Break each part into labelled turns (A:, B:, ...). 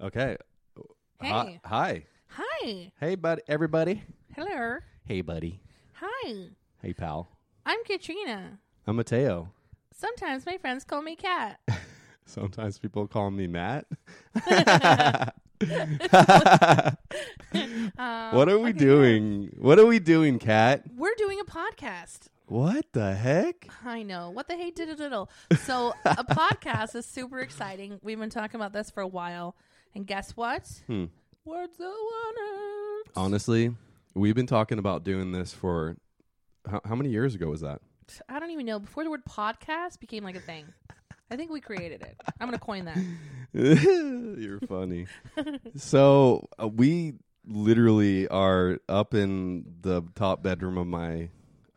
A: Okay. Hi.
B: Hey.
A: Hi.
B: Hi.
A: Hey, bud. Everybody.
B: Hello.
A: Hey, buddy.
B: Hi.
A: Hey, pal.
B: I'm Katrina.
A: I'm Mateo.
B: Sometimes my friends call me Cat.
A: Sometimes people call me Matt. what are we doing? What are we doing, Kat?
B: We're doing a podcast.
A: What the heck?
B: I know. What the hey did diddle. So a podcast is super exciting. We've been talking about this for a while. And guess what?
A: Hmm.
B: Words the honor.
A: Honestly, we've been talking about doing this for how, how many years ago was that?
B: I don't even know. Before the word podcast became like a thing. I think we created it. I'm gonna coin that.
A: You're funny. so uh, we literally are up in the top bedroom of my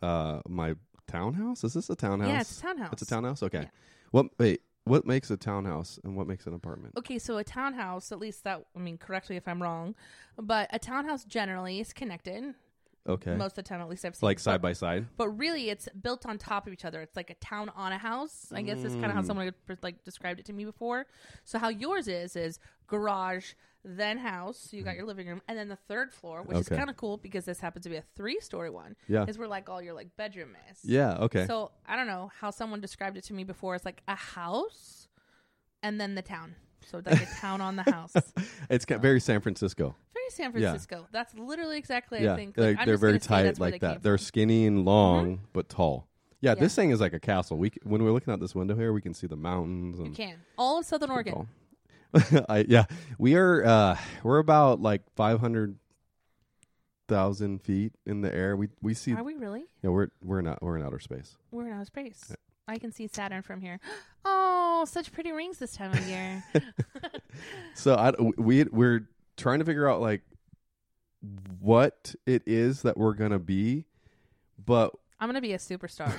A: uh my townhouse. Is this a townhouse?
B: Yeah, it's a townhouse.
A: It's a townhouse. Okay.
B: Yeah.
A: What? Wait. What makes a townhouse and what makes an apartment?
B: Okay, so a townhouse, at least that I mean, correct me if I'm wrong, but a townhouse generally is connected
A: Okay.
B: most of the time, at least I've seen.
A: like
B: But-
A: side by side.
B: but really it's built on top of each other it's like a town on a house i guess that's kind
A: Mm.
B: of how someone like described it to me before so how yours is is garage then house so you got your living room and then the third floor which is
A: Mm. Okay.
B: kind of cool because this happens to be a three story one
A: Yeah.
B: is where like all your like bedroom is
A: Yeah. Okay.
B: so i don't know how someone described it to me before it's like a house and then the town so it's like a town on the house very
A: it's ca- very San Francisco.
B: san
A: Yeah.
B: francisco that's literally exactly i
A: yeah.
B: think
A: Like,
B: I'm
A: they're
B: just gonna
A: very
B: say
A: tight
B: that's where
A: like
B: they came Mm-hmm.
A: that. They're skinny and long but tall. Yeah,
B: Yeah.
A: This thing is like a castle. We c- when we're looking out this window here, we can see the mountains
B: from.
A: and
B: you can all of southern oregon
A: Ball. I, yeah, we are. Uh, we're about like five hundred thousand feet in the air. We we see.
B: are we really
A: yeah, we're we're not we're in outer space.
B: We're in outer space. I can see Saturn from here. Oh, such pretty rings this time of year.
A: So I we we're trying to figure out like what it is that we're gonna be, but
B: I'm gonna be a superstar.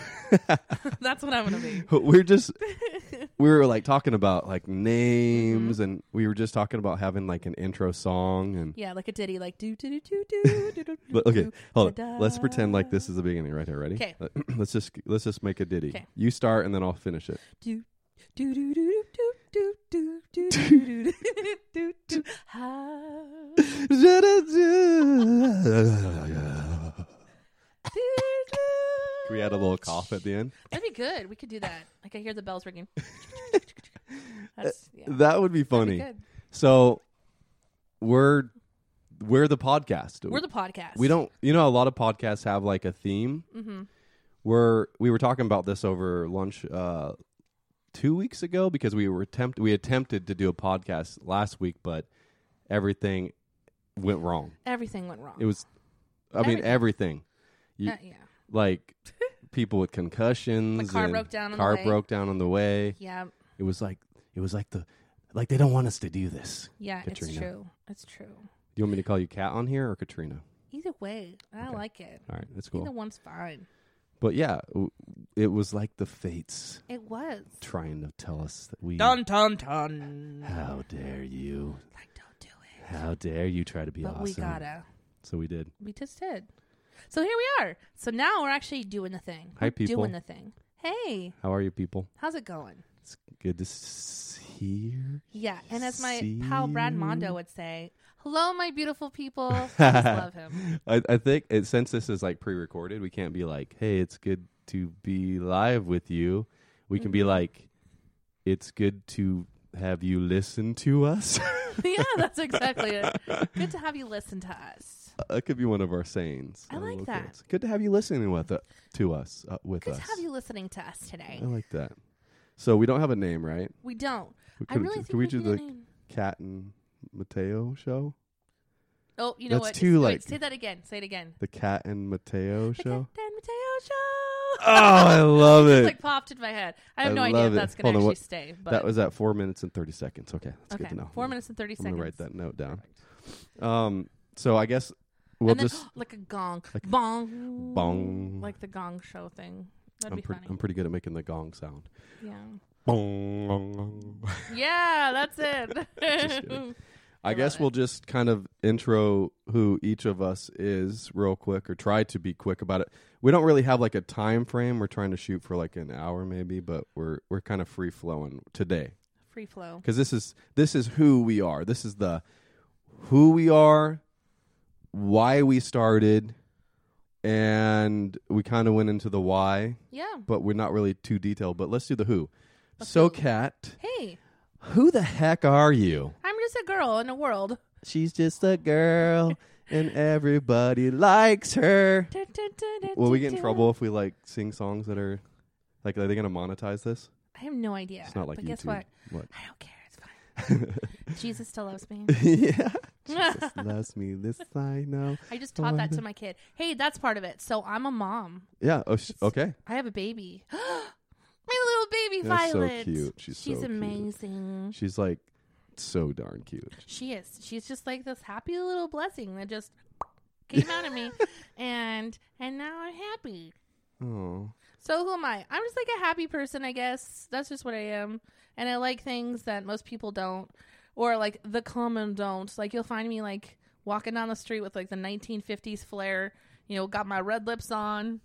B: That's what I'm gonna be.
A: we're just we were like talking about like names,
B: Mm-hmm.
A: and we were just talking about having like an intro song and.
B: Yeah, like a ditty, like do do do do do do do.
A: L- Okay, hold on.
B: Da-da.
A: Let's pretend like this is the beginning right here. Ready?
B: 'Kay.
A: Let- Let's just let's just make a ditty.
B: 'Kay.
A: You start and then I'll finish it.
B: do. Do do do do do do do do do do do do. How- do, do.
A: we had a little cough at the end.
B: That'd be good. We could do that. Like I hear the bells ringing. That's yeah.
A: That would be
B: That'd be
A: funny.
B: good.
A: so we're we're the podcast.
B: We're the podcast.
A: we don't you know a lot of podcasts have like a theme.
B: Mhm.
A: We're we were talking about this over lunch uh, two weeks ago because we were attempt we attempted to do a podcast last week, but everything went wrong.
B: Everything went wrong.
A: It was, I mean, everything. You-
B: Uh, yeah.
A: like people with concussions.
B: Like car
A: and
B: broke down on the
A: Car
B: way.
A: broke down on the way.
B: Yeah.
A: It was like it was like the like they don't want us to do this.
B: Yeah,
A: Katrina.
B: it's true. It's true.
A: Do you want me to call you Kat on here or Katrina?
B: Either way, I like it.
A: All right, that's
B: Either
A: cool.
B: one's fine.
A: But yeah, w- it was like the fates
B: It was.
A: trying to tell us that we.
B: dun dun.
A: How dare you?
B: Like, don't do it.
A: How dare you try to be
B: But
A: awesome?
B: we gotta.
A: So we did.
B: We just did. So here we are. So now we're actually doing the thing.
A: Hi,
B: We're
A: people.
B: Doing the thing. Hey,
A: How are you people?
B: how's it going?
A: It's good to s- hear.
B: Yeah, and as my
A: See
B: pal Brad
A: you.
B: Mondo would say, "Hello, my beautiful people." I just love him.
A: I, I think it, since this is like pre-recorded, we can't be like, "Hey, it's good to be live with you." We can
B: Mm-hmm.
A: be like, "It's good to have you listen to us."
B: yeah, that's exactly it. Good to have you listen to us.
A: that could be one of our sayings.
B: I like
A: Okay,
B: that.
A: It's good to have you listening with uh, to us uh, with
B: Good
A: us.
B: to have you listening to us today.
A: I like that. So we don't have a name, right?
B: We don't.
A: We
B: I
A: could've
B: really
A: just-
B: think
A: could we do
B: need a
A: the
B: name.
A: Cat and Mateo show?
B: Oh, you know
A: That's
B: what?
A: too,
B: Wait,
A: like-
B: say that again. Say it again.
A: The Cat and Mateo
B: The
A: show.
B: Dan Mateo
A: Oh,
B: show.
A: I love
B: It's
A: it.
B: like popped in my head. I have
A: I
B: no idea
A: love
B: if
A: it.
B: that's
A: Hold
B: going to
A: on,
B: actually
A: what-
B: stay. But
A: that was at four minutes and thirty seconds. Okay, that's
B: okay.
A: good to know.
B: Four minutes and thirty
A: I'm
B: seconds.
A: gonna write that note down. Um, so I guess we'll
B: and then
A: just.
B: like a gong,
A: Like-
B: bong,
A: Bong.
B: like the gong show thing. That'd
A: I'm,
B: be
A: pre-
B: funny.
A: I'm pretty good at making the gong sound.
B: yeah,
A: Bong.
B: yeah, that's it.
A: Just kidding. I
B: love
A: guess
B: it.
A: we'll just kind of intro who each of us is real quick, or try to be quick about it. We don't really have like a time frame. We're trying to shoot for like an hour maybe, but we're we're kind of free flowing today.
B: Free flow.
C: because this is this is who we are. This is the who we are, why we started, and we kind of went into the why,
B: Yeah.
C: but we're not really too detailed. But let's do the who. so, Kat,
B: Hey,
C: who the heck are you?
B: I'm just a girl in a world.
C: She's just a girl, and everybody likes her. Will we get in trouble if we like sing songs that are like? Are they going to monetize this?
B: I have no idea.
C: It's not like
B: but
C: YouTube.
B: guess what?
C: What?
B: I don't care. It's fine. Jesus still loves me.
C: yeah. Jesus loves me. This I know.
B: I just taught that to my kid. Hey, that's part of it. So I'm a mom.
C: Yeah. Oh, sh- okay.
B: I have a baby. my little baby
C: That's so
B: Violet.
C: cute. She's so cute.
B: amazing.
C: She's like so darn cute.
B: She is. She's just like this happy little blessing that just came out of me, and and now I'm happy.
C: Oh,
B: So who am I? I'm just like a happy person, I guess. That's just what I am, and I like things that most people don't, or like the common don't. Like you'll find me like walking down the street with like the 1950s flair. You know, got my red lips on.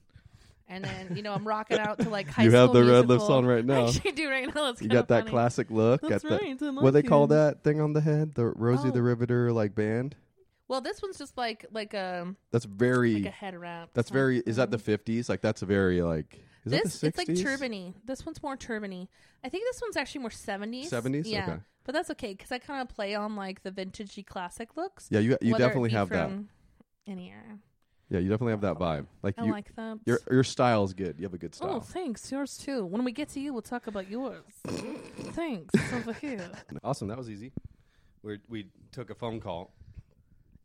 B: And then you know I'm rocking out to like high
C: You
B: school.
C: have the red lips
B: Musical.
C: on right now.
B: I actually do right now. That's
C: you
B: kinda
C: got that
B: funny.
C: classic look.
B: That's
C: got that-
B: right, I
C: what they
B: like
C: call
B: it.
C: that thing on the head? The Rosie the
B: Oh.
C: Riveter like band.
B: Well, this one's just like like a
C: That's very.
B: like a head wrap.
C: that's very. Is that the fifties? Like that's a very like. Is that the
B: this
C: 60s?
B: it's like turbany. This one's more turbany. I think this one's actually more seventies.
C: 70s?
B: yeah.
C: Okay.
B: But that's okay because I kind of play on like the vintagey classic looks.
C: Yeah, you you
B: whether it
C: definitely
B: be
C: have that.
B: from In here,
C: Yeah, you definitely have that vibe. Like
B: I
C: you,
B: like that.
C: your your style's good. You have a good
B: oh,
C: style.
B: thanks. Yours too. When we get to you, we'll talk about yours. thanks It's over here.
C: Awesome. That was easy. We we took a phone call.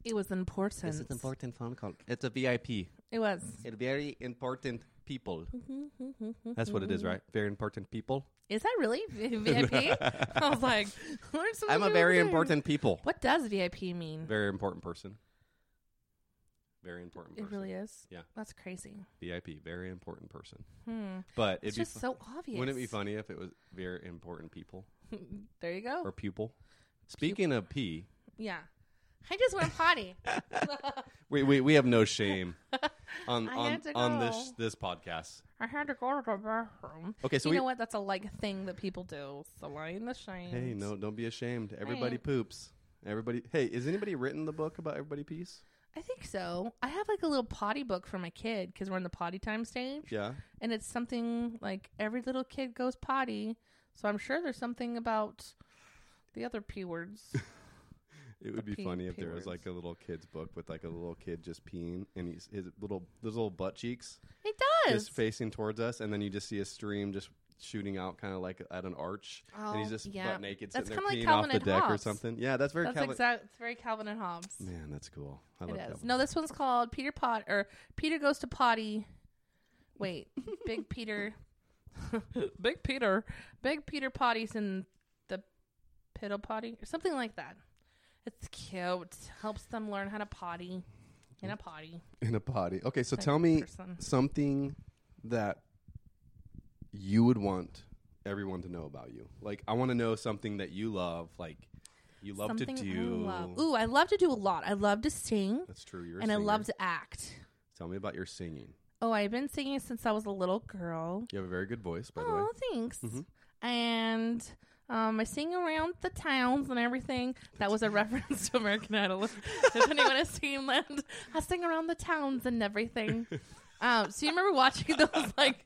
B: It was important.
C: important phone call. It's a VIP.
B: It was.
C: It's very important people. That's what it is, right? Very important people.
B: Is that really VIP? I was like, learn something
C: I'm a
B: new every
C: very
B: day.
C: important people.
B: What does VIP mean?
C: Very important person. Very important
B: It
C: person.
B: really is.
C: Yeah.
B: That's crazy.
C: VIP. Very important person.
B: Hmm.
C: But it'd
B: It's
C: be
B: just
C: fu-
B: so obvious.
C: wouldn't it be funny if it was very important people
B: there you go.
C: or pupil? Speaking of P,
B: yeah. I just went potty.
C: we, we we have no shame on
B: I
C: on,
B: had to
C: on
B: go.
C: this this podcast.
B: I had to go to the bathroom.
C: Okay, so
B: you
C: we
B: know what? That's a like thing that people do. So lie in the shame.
C: hey, no, don't be ashamed. Everybody
B: ain't.
C: poops. Everybody. Hey, has anybody written the book about everybody pees?
B: I think so. I have like a little potty book for my kid because we're in the potty time stage,
C: Yeah.
B: and it's something like every little kid goes potty. So I'm sure there's something about the other p words.
C: It would be
B: pee-
C: funny if
B: pee
C: there was
B: words.
C: like a little kid's book with like a little kid just peeing and he's, his little his little butt cheeks
B: it
C: is
B: does.
C: facing towards us, and then you just see a stream just shooting out kind of like at an arch, and he's
B: Oh,
C: just
B: yeah.
C: butt naked
B: That's
C: sitting
B: kinda
C: there peeing
B: like
C: off
B: Calvin
C: the
B: and
C: deck or
B: Hobbes.
C: something. Yeah, that's very
B: That's
C: Calvin.
B: exact. It's very Calvin and Hobbes.
C: Man, that's cool. I
B: It
C: love
B: is.
C: Calvin.
B: No, this one's called Peter Pot or Peter Goes to Potty. Wait, Big Peter, Big Peter, Big Peter Potties in the piddle potty or something like that. It's cute. Helps them learn how to potty in a potty.
C: in a potty. Okay, so
B: type
C: tell me
B: person.
C: something that you would want everyone to know about you. Like, I want to know something that you love. Like, you love
B: something
C: to do.
B: I love. Ooh, I love to do a lot. I love to sing
C: That's true. You're a
B: and I
C: singer.
B: love to act.
C: Tell me about your singing.
B: Oh, I've been singing since I was a little girl.
C: You have a very good voice, by the way. Mm-hmm.
B: Oh, thanks. And um, I sing around the towns and everything. That was a reference to American Idol. if anyone has seen that, I sing around the towns and everything. Um, so you remember watching those like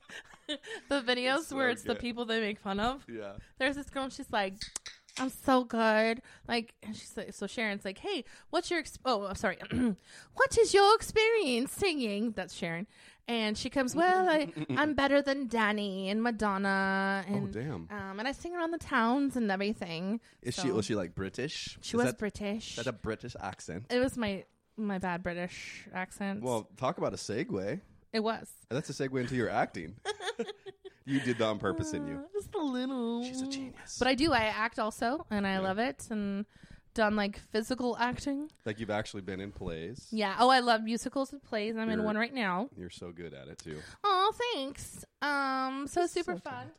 B: the videos
C: so
B: where it's the
C: good.
B: people they make fun of?
C: Yeah.
B: There's this girl and she's like, I'm so good. Like, and she's like, so Sharon's like, hey, what's your, ex- oh, I'm sorry. what is your experience singing? That's Sharon. And she comes, well, I, I'm better than Danny and Madonna. And,
C: Oh, damn.
B: Um, and I sing around the towns and everything.
C: Is she
B: So-
C: was she like British?
B: She was
C: that,
B: British.
C: That's a British accent.
B: it was my, my bad British accent.
C: Well, talk about a segue.
B: it was.
C: That's a segue into your acting. you did that on purpose, didn't you?
B: Uh, Just a little.
C: She's a genius.
B: But I do. I act also, and I love it, and done like physical acting.
C: Like you've actually been in plays.
B: Yeah. Oh, I love musicals and plays. I'm in
C: You're-
B: one right now.
C: You're so good at it too.
B: Oh, thanks. Um, so super fun.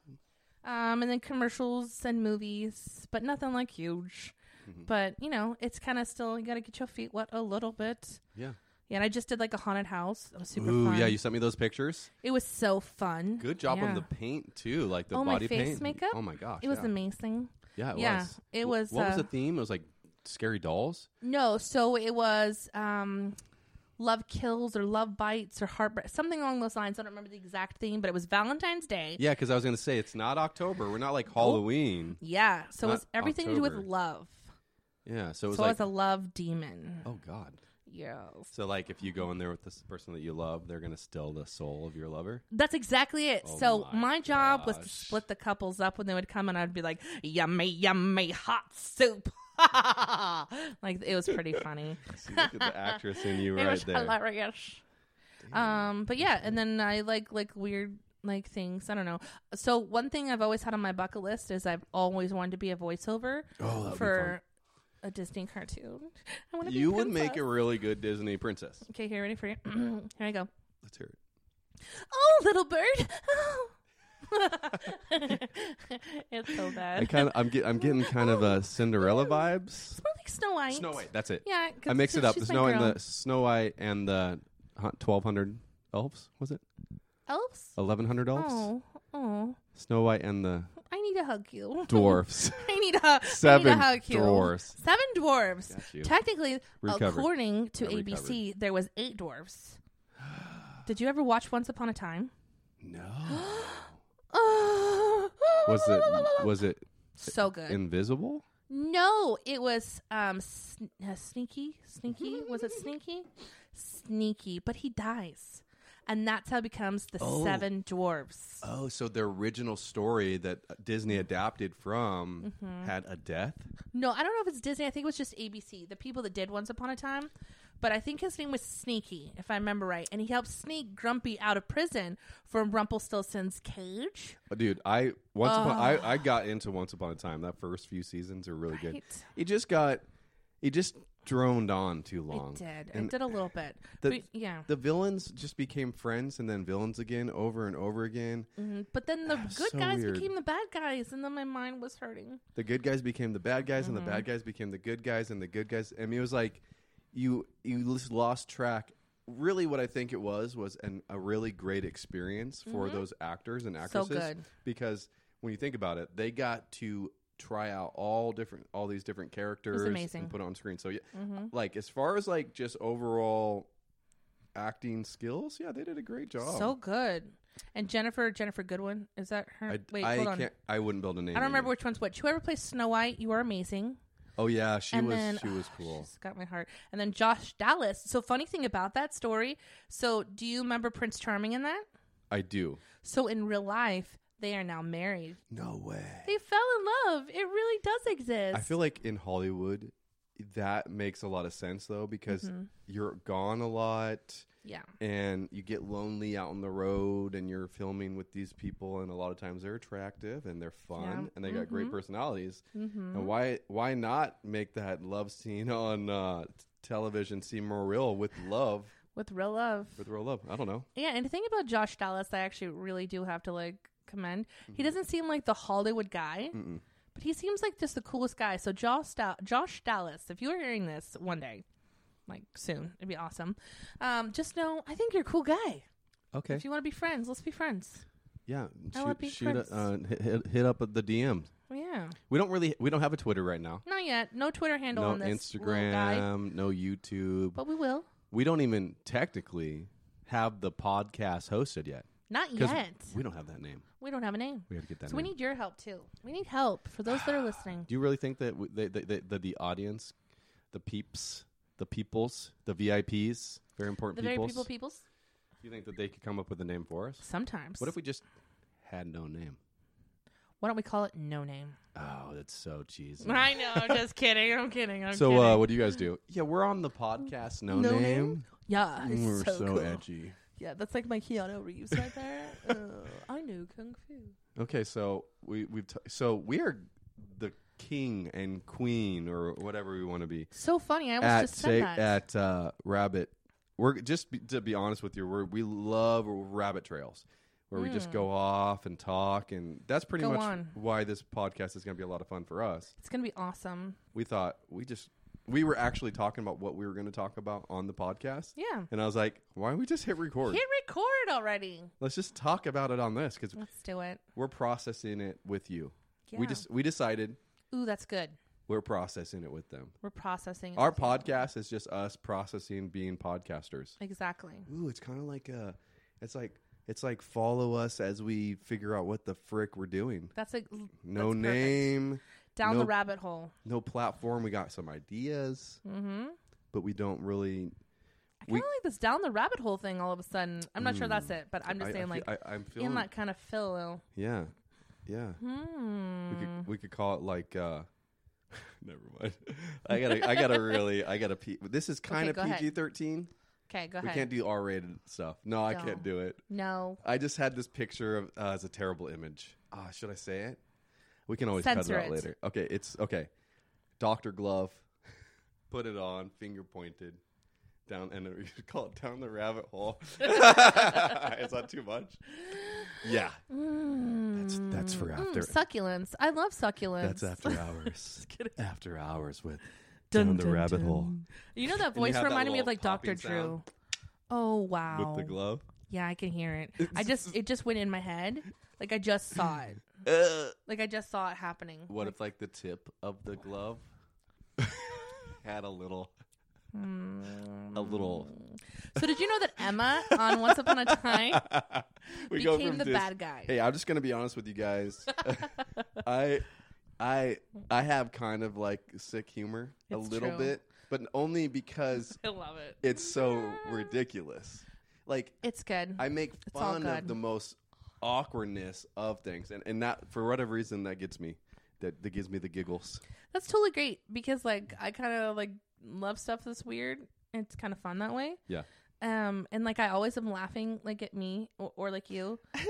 B: Um, and then commercials and movies, but nothing like huge.
C: Mm-hmm.
B: But you know, it's kind of still you got to get your feet wet a little bit.
C: Yeah.
B: Yeah, and I just did like a haunted house. It was super
C: Ooh,
B: fun.
C: yeah. You sent me those pictures.
B: it was so fun.
C: Good job on
B: Yeah.
C: the paint too, like the
B: Oh, my
C: body
B: face
C: paint.
B: makeup?
C: Oh my gosh,
B: It was
C: yeah.
B: amazing.
A: Yeah, it
B: yeah,
A: was.
B: it
A: Wh-
B: was,
A: What was
B: uh,
A: the theme? It was like scary dolls.
B: No, so it was um, love kills or love bites or heartbreak, something along those lines. I don't remember the exact theme, but it was Valentine's Day.
A: Yeah, because I was gonna say it's not October. We're not
B: Oh.
A: like Halloween.
B: Yeah, so it
A: Not
B: was everything to do with
A: October.
B: love.
A: Yeah, so it was
B: so I
A: like
B: was a love demon.
A: oh god.
B: Yes.
A: So like if you go in there with this person that you love, they're gonna steal the soul of your lover.
B: That's exactly it.
A: Oh
B: so
A: my
B: my, job was to
A: gosh.
B: split the couples up when they would come, and I'd be like, "Yummy, yummy, hot soup." like it was pretty funny.
C: See, look at the actress in you
B: it
C: right
B: was
C: there.
B: hilarious. Um, but yeah, and then I like like weird like things. I don't know. So one thing I've always had on my bucket list is I've always wanted to be a voiceover
A: Oh, that would be
B: for a Disney cartoon. I want to.
A: You
B: be
A: would make a
B: princess.
A: really good Disney princess.
B: Okay, here, ready for you? here I go.
A: Let's hear it.
B: Oh, little bird. Oh. it's so bad.
C: I kind of, I'm, get, I'm getting kind of a Cinderella vibes.
B: It's more like Snow White.
A: Snow White, that's it.
B: Yeah, 'cause
C: I mix
B: she's-
C: it up. The
B: she's my
C: Snow and
B: girl.
C: the Snow White and the twelve hundred elves. Was it
B: elves.
C: eleven hundred elves?
B: Oh, oh!
C: Snow White and the
B: I need to hug you.
C: dwarfs.
B: I need a I need a
C: Seven
B: hug you.
C: dwarfs.
B: Seven dwarves.
A: Got you.
B: Technically,
C: Recovered.
B: according to
A: I
B: ABC, there was eight dwarves. Did you ever watch Once Upon a Time?
A: No.
C: Was it was it
B: so good?
C: invisible?
B: No, it was um sn- uh, sneaky, sneaky. was it sneaky? Sneaky, but he dies, and that's how it becomes the
A: Oh.
B: seven dwarves.
A: Oh, so the original story that Disney adapted from
B: Mm-hmm.
A: had a death?
B: No, I don't know if it's Disney. I think it was just ABC, the people that did Once Upon a Time. But I think his name was Sneaky, if I remember right, and he helped sneak Grumpy out of prison from Rumpelstiltskin's cage.
C: Oh, Dude, I once upon I, I got into Once Upon a Time. That first few seasons are really good.
B: Right.
C: It just got it just droned on too
B: I
C: long.
B: did. I
C: And
B: did a little bit.
C: the-
B: but, yeah.
C: the villains just became friends and then villains again over and over again.
B: Mhm. But then the good
C: Ah, so
B: guys
C: weird.
B: became the bad guys, and then my mind was hurting.
C: The good guys became the bad guys and the
B: Mm-hmm.
C: bad guys became the good guys and the good guys. I mean, it was like you you just lost track. Really, what I think it was was an, a really great experience for those actors and actresses
B: Mm-hmm. good.
C: because when you think about it, they got to try out all different all these different characters
B: amazing. Mm-hmm.
C: and put it on screen. So yeah, like as far as like just overall acting skills, yeah, they did a great job.
B: So good. And Jennifer, Jennifer Goodwin, is that her?
C: I,
B: Wait,
C: I
B: hold on.
C: can't. I wouldn't build a name.
B: I don't remember
C: either.
B: which one's which. Whoever plays Snow White, you are amazing.
C: Oh yeah, she
B: and
C: was.
B: then
C: she was
B: oh,
C: cool.
B: she's got my heart. And then Josh Dallas. So funny thing about that story. So do you remember Prince Charming in that?
C: I do.
B: So in real life, they are now married.
C: No way.
B: They fell in love. It really does exist.
C: I feel like in Hollywood, that makes a lot of sense though because
B: Mm-hmm.
C: you're gone a lot
B: yeah.
C: and you get lonely out on the road and you're filming with these people and a lot of times they're attractive and they're fun
B: Yeah. Mm-hmm.
C: and they got great personalities. And why why not make that love scene on uh, t- television seem more real with love
B: With real love.
C: with real love? I don't know.
B: Yeah, and the thing about Josh Dallas, I actually really do have to like commend.
C: Mm-hmm.
B: He doesn't seem like the Hollywood guy, but he seems like just the coolest guy. So Josh, da- Josh Dallas, if you are hearing this one day, like soon, it'd be awesome. Um, just know, I think you're a cool guy.
C: Okay.
B: If you want to be friends, let's be friends.
C: Yeah.
B: I love being
C: Shoot,
B: friends.
C: shoot
B: Oh,
C: uh, hit- hit, hit up the DM.
B: Yeah,
C: We don't really we don't have a Twitter right now.
B: not yet. No Twitter handle
C: No
B: on Oh, this little guy,
C: Instagram, no YouTube.
B: but we will.
C: we don't even technically have the podcast hosted yet.
B: Not
C: 'Cause
B: yet.
C: We don't have that name.
B: We don't have a name,
C: We got to get that
B: so we
C: name.
B: need your help too. We need help for those that are listening.
C: Do you really think that w- they, they, they, that the audience, the peeps, the peoples, the VIPs, very
B: The
C: important
B: very
C: peoples,
B: people, peoples.
C: you think that they could come up with a name for us?
B: Sometimes.
C: What if we just had no name?
B: Why don't we call it No Name?
C: Oh, that's so cheesy.
B: I know. Just kidding. I'm kidding. I'm
C: So,
B: kidding.
C: uh, what do you guys do? Yeah, we're on the podcast. No,
B: No
C: name. Mm,
B: name? yeah, it's
C: We're so,
B: cool.
C: edgy.
B: Yeah, that's like my Keanu Reeves right there. uh, I knew kung fu.
C: Okay, so we we've t- so we are the king and queen or whatever we want to be.
B: So funny. I almost
C: at
B: just said
C: ta-
B: that.
C: at uh, Rabbit. We're just be, to be honest with you, we're, we love rabbit trails where we just go off and talk, and that's pretty
B: Hmm. Go
C: much
B: on.
C: why this podcast is going to be a lot of fun for us.
B: it's gonna be awesome.
C: We thought we just we were actually talking about what we were going to talk about on the podcast,
B: Yeah.
C: and I was like, why don't we just hit record?
B: Hit record already.
C: Let's just talk about it on this because
B: Let's do it.
C: we're processing it with you.
B: Yeah.
C: We just we decided
B: Ooh, that's good.
C: We're processing it with them.
B: We're processing it.
C: Our podcast is just us processing being podcasters.
B: exactly.
C: Ooh, it's kind of like a, it's like it's like follow us as we figure out what the frick we're doing.
B: That's a
C: No
B: that's perfect.
C: name,
B: down the
C: no-
B: rabbit hole.
C: no platform. We got some ideas,
B: Mm-hmm.
C: but we don't really.
B: I
C: We-
B: kind
C: Mm,
B: of like this down the rabbit hole thing all of a sudden. I'm not sure that's it, but I'm just
C: I- I
B: saying
C: feel-
B: like
C: I, I'm feeling.
B: in that kind of feel.
C: yeah, yeah.
B: Hmm.
C: We could we could call it like. uh Never mind. I gotta I gotta really I gotta. P- this is kind
B: go
C: of
B: ahead.
C: PG thirteen.
B: Okay, go
C: We
B: ahead.
C: can't do R rated stuff. No, I can't
B: No.
C: do it.
B: no,
C: I just had this picture of uh, it's a terrible image. Ah, should I say it? We can always
B: Censor
C: cut it out
B: it.
C: later. Okay, it's okay. Doctor glove, put it on, finger pointed down, and we should call it down the rabbit hole. Is that too much? Yeah, that's that's for
B: Mm,
C: after.
B: succulents. I love succulents.
C: that's after hours.
B: kidding.
C: after hours with
B: Dun,
C: down the
B: dun,
C: rabbit
B: dun.
C: hole
B: You know that
C: you
B: voice
C: have that
B: reminded me of
C: little
B: like Dr.
C: popping
B: Drew.
C: sound.
B: Oh wow.
C: with the glove.
B: yeah, I can hear it. I just it just went in my head. Like I just saw it.
C: Uh,
B: Like I just saw it happening.
C: what if like the tip of the glove had a little a little
B: Hmm. So did you know that Emma on Once Upon a Time
C: we go
B: became
C: from
B: the
C: Dis-
B: bad guy?
C: Hey, I'm just gonna be honest with you guys. I, I, I have kind of like sick humor a
B: It's
C: little
B: true.
C: bit, but only because
B: I love it.
C: it's so ridiculous. Like
B: It's good.
C: I make
B: all
C: fun
B: good.
C: of the most awkwardness of things, and and that for whatever reason that gets me. That, that gives me the giggles.
B: That's totally great because like I kind of like love stuff that's weird. It's kind of fun that way.
C: Yeah.
B: Um and like I always am laughing like at me or, or like you.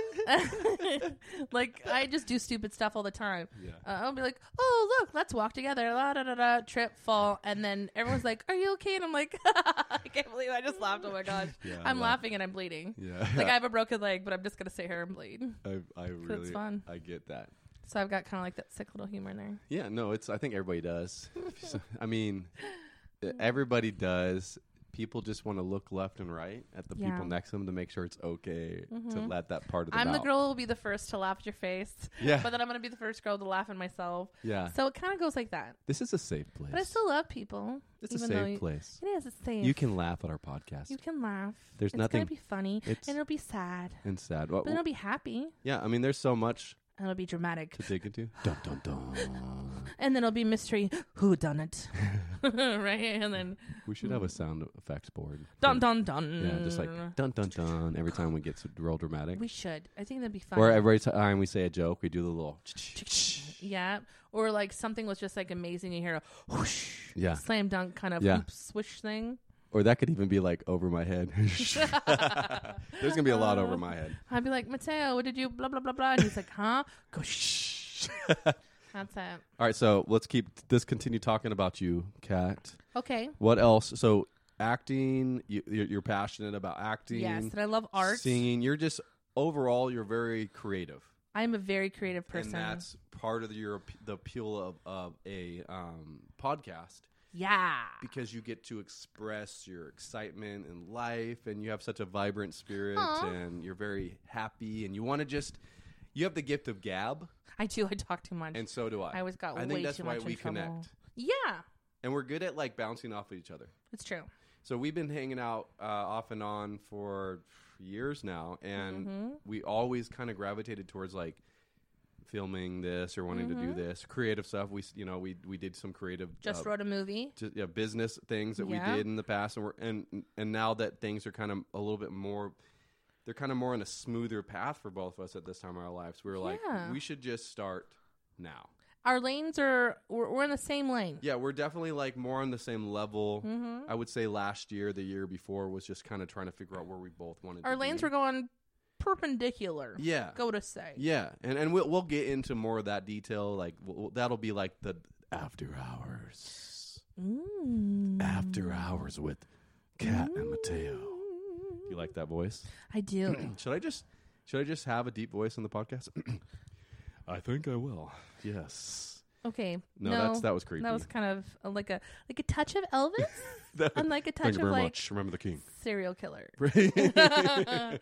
B: like I just do stupid stuff all the time.
C: Yeah.
B: Uh, I'll be like, "Oh, look, let's walk together." La da da da, trip fall, and then everyone's like, "Are you okay?" And I'm like, "I can't believe I just laughed. Oh my gosh,
C: Yeah, I
B: I'm
C: laugh.
B: laughing and I'm bleeding.
C: Yeah.
B: Like I have a broken leg, but I'm just gonna sit here and bleed."
C: I, I really
B: fun.
C: I get that.
B: So I've got kind of like that sick little humor in there.
C: Yeah, no, it's. I think everybody does. So, I mean, uh, everybody does. People just want to look left and right at the
B: Yeah.
C: people next to them to make sure it's okay
B: Mm-hmm.
C: to let that part of them
B: I'm the
C: out.
B: girl who will be the first to laugh at your face.
C: Yeah.
B: But then I'm going to be the first girl to laugh at myself.
C: Yeah,
B: So it kind of goes like that.
C: this is a safe place.
B: But I still love people.
C: it's a
B: even though
C: safe
B: you-
C: place.
B: It is. It's safe.
C: You can laugh at our podcast
B: You can laugh.
C: There's
B: it's
C: nothing-
B: It's going to be funny.
C: it's-
B: and it'll be sad.
C: and sad. Well,
B: But it'll be happy.
C: yeah, I mean, there's so much
B: And it'll be dramatic.
C: to dig into. dun dun dun.
B: And then it'll be mystery. Who done it? right? And then
C: We should
B: Mm.
C: have a sound effects board.
B: dun dun dun.
C: Yeah, just like dun dun dun. Every time we get s- real dramatic,
B: We should. I think that'd be fun.
C: or every time we say a joke, we do the little.
B: yeah. Or like something was just like amazing. You hear a whoosh.
C: Yeah.
B: Slam dunk kind of
C: Yeah.
B: oops, swish thing.
C: Or that could even be like over my head. There's gonna be a lot over my head.
B: I'd be like, Mateo, what did you blah blah blah blah? And he's like, huh? Go shh. That's it.
C: All right, so let's keep this. Continue talking about you, Kat.
B: Okay.
C: What else? So acting. You, you're, you're passionate about acting.
B: Yes, and I love art.
C: Singing. You're just overall. You're very creative,
B: I'm a very creative person.
C: and that's part of your ap- the appeal of, of a um, podcast
B: yeah.
C: because you get to express your excitement in life, and you have such a vibrant spirit,
B: Aw.
C: and you're very happy, and you want to just. You have the gift of gab.
B: I do. I talk too much.
C: and so do I.
B: I always got
C: I
B: way
C: think that's
B: too
C: why
B: much
C: we
B: in trouble.
C: connect,
B: Yeah,
C: and we're good at like bouncing off of each other.
B: it's true.
C: So we've been hanging out uh, off and on for years now, and
B: Mm-hmm.
C: we always kind of gravitated towards like filming this or wanting to do this creative stuff. We s- you know we we did some creative
B: Mm-hmm. Just
C: uh,
B: wrote a movie.
C: ju- yeah, business things that
B: Yeah.
C: we did in the past, and we're and and now that things are kind of a little bit more. They're kind of more on a smoother path for both of us at this time of our lives. We were like,
B: Yeah.
C: we should just start now.
B: Our lanes are we're, we're in the same lane.
C: Yeah, we're definitely like more on the same level.
B: Mm-hmm.
C: I would say last year, the year before was just kind of trying to figure out where we both wanted.
B: Our
C: to
B: lanes
C: be.
B: were going perpendicular.
C: yeah,
B: Go to say.
C: yeah, and and we'll we'll get into more of that detail. Like we'll, we'll- that'll be like the after hours,
B: Mm.
C: after hours with Kat and Mateo. You like that voice?
B: I do.
C: Should I just should I just have a deep voice on the podcast? I think I will. Yes.
B: Okay.
C: No, that's that was creepy.
B: That was kind of uh, like a like a touch of Elvis
C: That-
B: and like a touch
C: Thank you
B: of
C: very
B: like
C: much. Remember the king.
B: serial killer.
C: Right.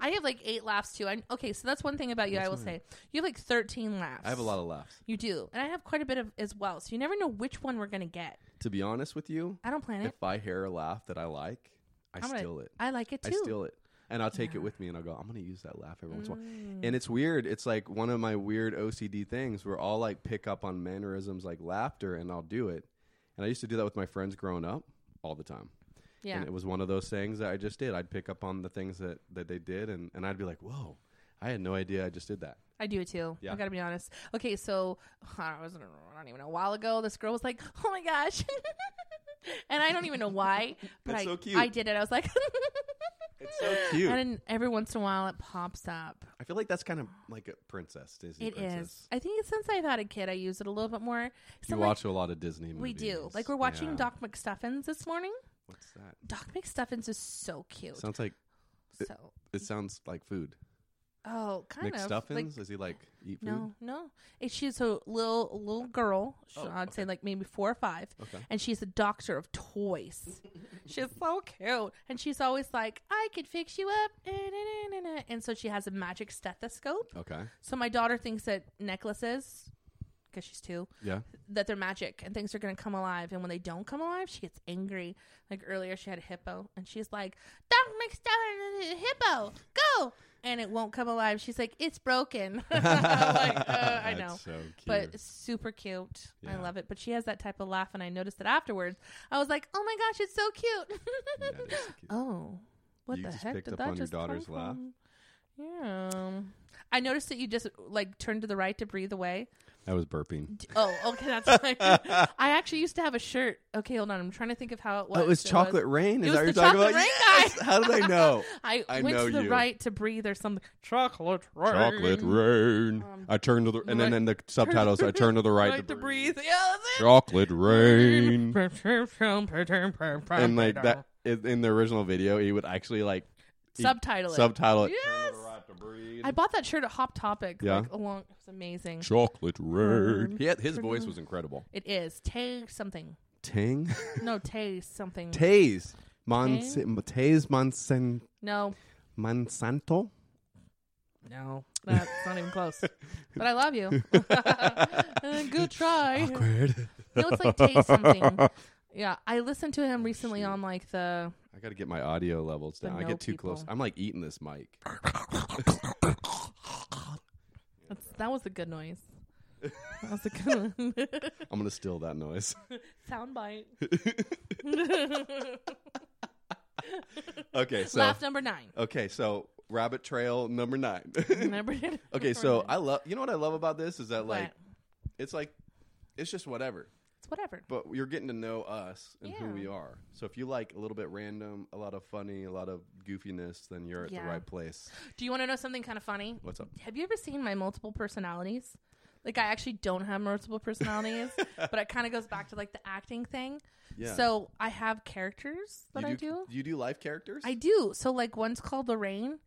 B: I have like eight laughs too. I okay, so that's one thing about you. I will say you have like thirteen laughs.
C: I have a lot of laughs.
B: You do, and I have quite a bit of as well. So you never know which one we're gonna get.
C: To be honest with you,
B: I don't plan it.
C: if I hear a laugh that I like, I
B: Eh? I'm gonna-
C: steal it.
B: I like it
C: I
B: too.
C: steal it. And I'll take it with me and I'll go, I'm going to use that laugh every once in a
B: Mm.
C: while. And it's weird. It's like one of my weird OCD things where I'll like pick up on mannerisms like laughter and I'll do it. And I used to do that with my friends growing up all the time.
B: yeah.
C: And it was one of those things that I just did. I'd pick up on the things that, that they did and, and I'd be like, whoa, I had no idea I just did that.
B: I do it too.
C: Yeah.
B: I gotta be honest. Okay, so I was I don't even know a while ago. This girl was like, "Oh my gosh," and I don't even know why, but
C: That's
B: I,
C: so cute.
B: I did it. I was like,
C: It's so cute.
B: And then every once in a while, it pops up.
C: I feel like that's kind of like a princess, Disney
B: It is.
C: princess.
B: I think since I've had a kid, I use it a little bit more.
C: You
B: So like,
C: watch a lot of Disney movies.
B: we do. Like we're watching
C: Yeah.
B: Doc McStuffins this morning.
C: What's that?
B: Doc McStuffins is so cute.
C: Sounds like
B: so
C: it sounds like food.
B: oh, kind of.
C: McStuffins?
B: Like,
C: Does he like eat food?
B: no, no. It, she's a little little girl. Sh-
C: Oh,
B: I'd say
C: okay.
B: like maybe four or five.
C: Okay.
B: And she's a doctor of toys. she's so cute, and she's always like, "I could fix you up." eh, na, na, na, na." And so she has a magic stethoscope.
C: Okay.
B: So my daughter thinks that necklaces, because she's two,
C: Yeah.
B: that they're magic and things are going to come alive. And when they don't come alive, she gets angry. Like earlier, she had a hippo and she's like, Doc McStuffins, hippo, go. And it won't come alive. She's like, it's broken. I'm like, uh, I know.
C: That's So cute.
B: But it's super cute. I
C: Yeah.
B: love it. But she has that type of laugh. And I noticed that afterwards. I was like, oh my gosh, it's so cute.
C: Yeah, it is so cute.
B: oh, what
C: You
B: the
C: just
B: heck
C: picked
B: did
C: up
B: that
C: on your
B: just come
C: daughter's laugh?
B: from? Yeah. I noticed that you just like turned to the right to breathe away.
C: I was burping.
B: D- Oh, okay, that's fine. I actually used to have a shirt. Okay, hold on. I'm trying to think of how it was.
C: oh, it's chocolate rain. Is
B: It
C: that what you're
B: was the
C: talking about?
B: chocolate rain
C: Yes!
B: guy.
C: How did I know?
B: I,
C: I
B: went
C: know
B: to the
C: you.
B: right to breathe or something. Chocolate rain. Um,
C: chocolate rain. I turned to the and then
B: right-
C: in the subtitles. I turned to the right,
B: Right to breathe. Yeah, that's it.
C: Chocolate rain. and
B: And
C: like that in, in the original video, he would actually like he-
B: Subtitle it.
C: Subtitle it.
B: Yes.
A: to breathe.
B: I bought that shirt at Hop Topic.
C: Yeah.
B: Like, along. It was amazing.
C: Chocolate rain.
B: Um,
C: He had, his
B: Chocolate
C: voice
B: rain.
C: was incredible.
B: It is. Tay something.
C: Ting.
B: No, Tay something.
C: Taze.
B: Tay?
C: Monsanto. Taze Monsan-
B: No.
C: Monsanto.
B: No. That's not even close. But I love you. Uh, Good try.
C: Awkward.
B: No, it's like taste something. Yeah, I listened to him recently on like the.
C: I got to get my audio levels
B: The
C: down. I
B: no
C: get too close.
B: people.
C: I'm like eating this mic.
B: That's, that was a good noise. That was a good one.
C: I'm gonna steal that noise.
B: soundbite.
C: Okay, so
B: Laugh number nine.
C: okay, so rabbit trail number nine.
B: Number
C: okay, so I love. You know what I love about this is that
B: What?
C: like it's like it's just whatever,
B: it's whatever.
C: but you're getting to know us and who
B: Yeah.
C: we are. So if you like a little bit random, a lot of funny, a lot of goofiness, then you're at
B: Yeah.
C: the right place.
B: Do you want to know something kind of funny?
C: What's up?
B: Have you ever seen my multiple personalities? Like I actually don't have multiple personalities, but it kind of goes back to like the acting thing.
C: Yeah.
B: So I have characters that
C: you
B: I do.
C: You do live characters?
B: I do. So like one's called Lorraine,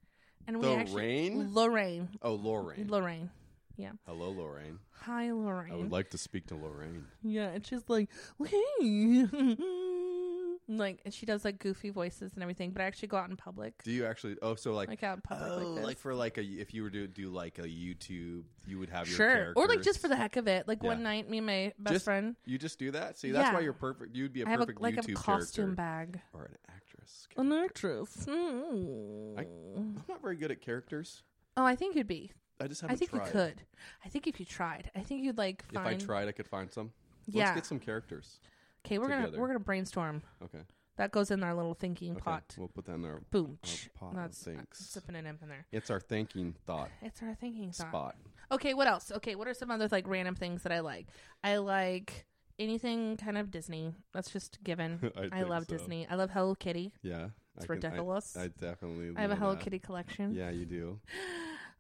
B: and we actually
C: Lorraine?
B: Lorraine,
C: oh, Lorraine.
B: Lorraine. Yeah.
C: Hello, Lorraine.
B: Hi, Lorraine.
C: I would like to speak to Lorraine.
B: yeah, and she's like, hey. like, and she does like goofy voices and everything, but I actually go out in public.
C: Do you actually? Oh, so like,
B: like out in public
C: oh,
B: like this.
C: like, for like a if you were to do like a YouTube, you would have your
B: sure. Or like just for the heck of it. Like one
C: Yeah.
B: night, me and my best
C: Just-
B: friend,
C: you just do that. See, that's
B: Yeah.
C: why you're perfect. You'd be a
B: I have a,
C: perfect
B: like
C: YouTube
B: a costume
C: character
B: bag.
C: or an actress.
B: An actress. Mm.
C: I'm not very good at characters.
B: oh, I think you'd be.
C: I just
B: I
C: haven't.
B: think
C: tried.
B: you could. I think if you tried, I think you'd like
C: If
B: find.
C: I tried, I could find some.
B: Yeah.
C: Let's get some characters.
B: okay, we're gonna
C: together.
B: we're gonna brainstorm.
C: Okay. okay.
B: That goes in our little thinking pot.
C: We'll put that in our.
B: Boom.
C: Oh, pot of
B: That's I'm
C: thinks.
B: sipping an imp in there.
C: It's our thinking thought
B: It's our thinking thought.
C: spot.
B: Okay, what else? Okay, what are some other like random things that I like? I like anything kind of Disney. That's just given.
C: I
B: I,
C: think
B: love
C: so.
B: Disney. I love Hello Kitty.
C: Yeah.
B: It's
C: I can- I-
B: ridiculous.
C: I, definitely.
B: I have a
C: know
B: Hello
C: that.
B: Kitty collection.
C: Yeah, you do.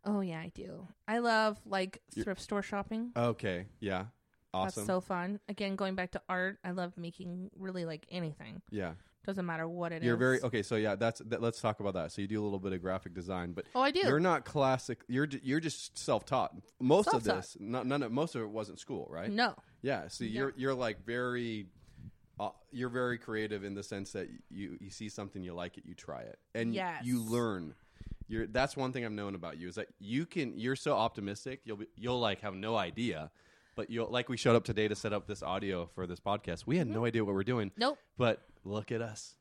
B: Oh yeah, I do. I love like
C: You're-
B: thrift store shopping.
C: Okay. Yeah. Awesome.
B: That's so fun. Again, going back to art, I love making really like anything.
C: yeah.
B: Doesn't matter what it is.
C: You're very okay. So yeah, that's that, let's talk about that. So you do a little bit of graphic design, but
B: Oh, I do.
C: you're not classic. You're ju- you're just self taught. Most of
B: Self-taught.
C: this, not, none of most of it wasn't school, right?
B: no.
C: Yeah. So
B: Yeah.
C: you're you're like very, uh, you're very creative in the sense that you you see something you like it, you try it, and
B: Yes.
C: you learn. You're that's one thing I've known about you is that you can you're so optimistic you'll be, you'll like have no idea, but you'll like we showed up today to set up this audio for this podcast. We had no idea what we're doing.
B: Nope.
C: But look at us.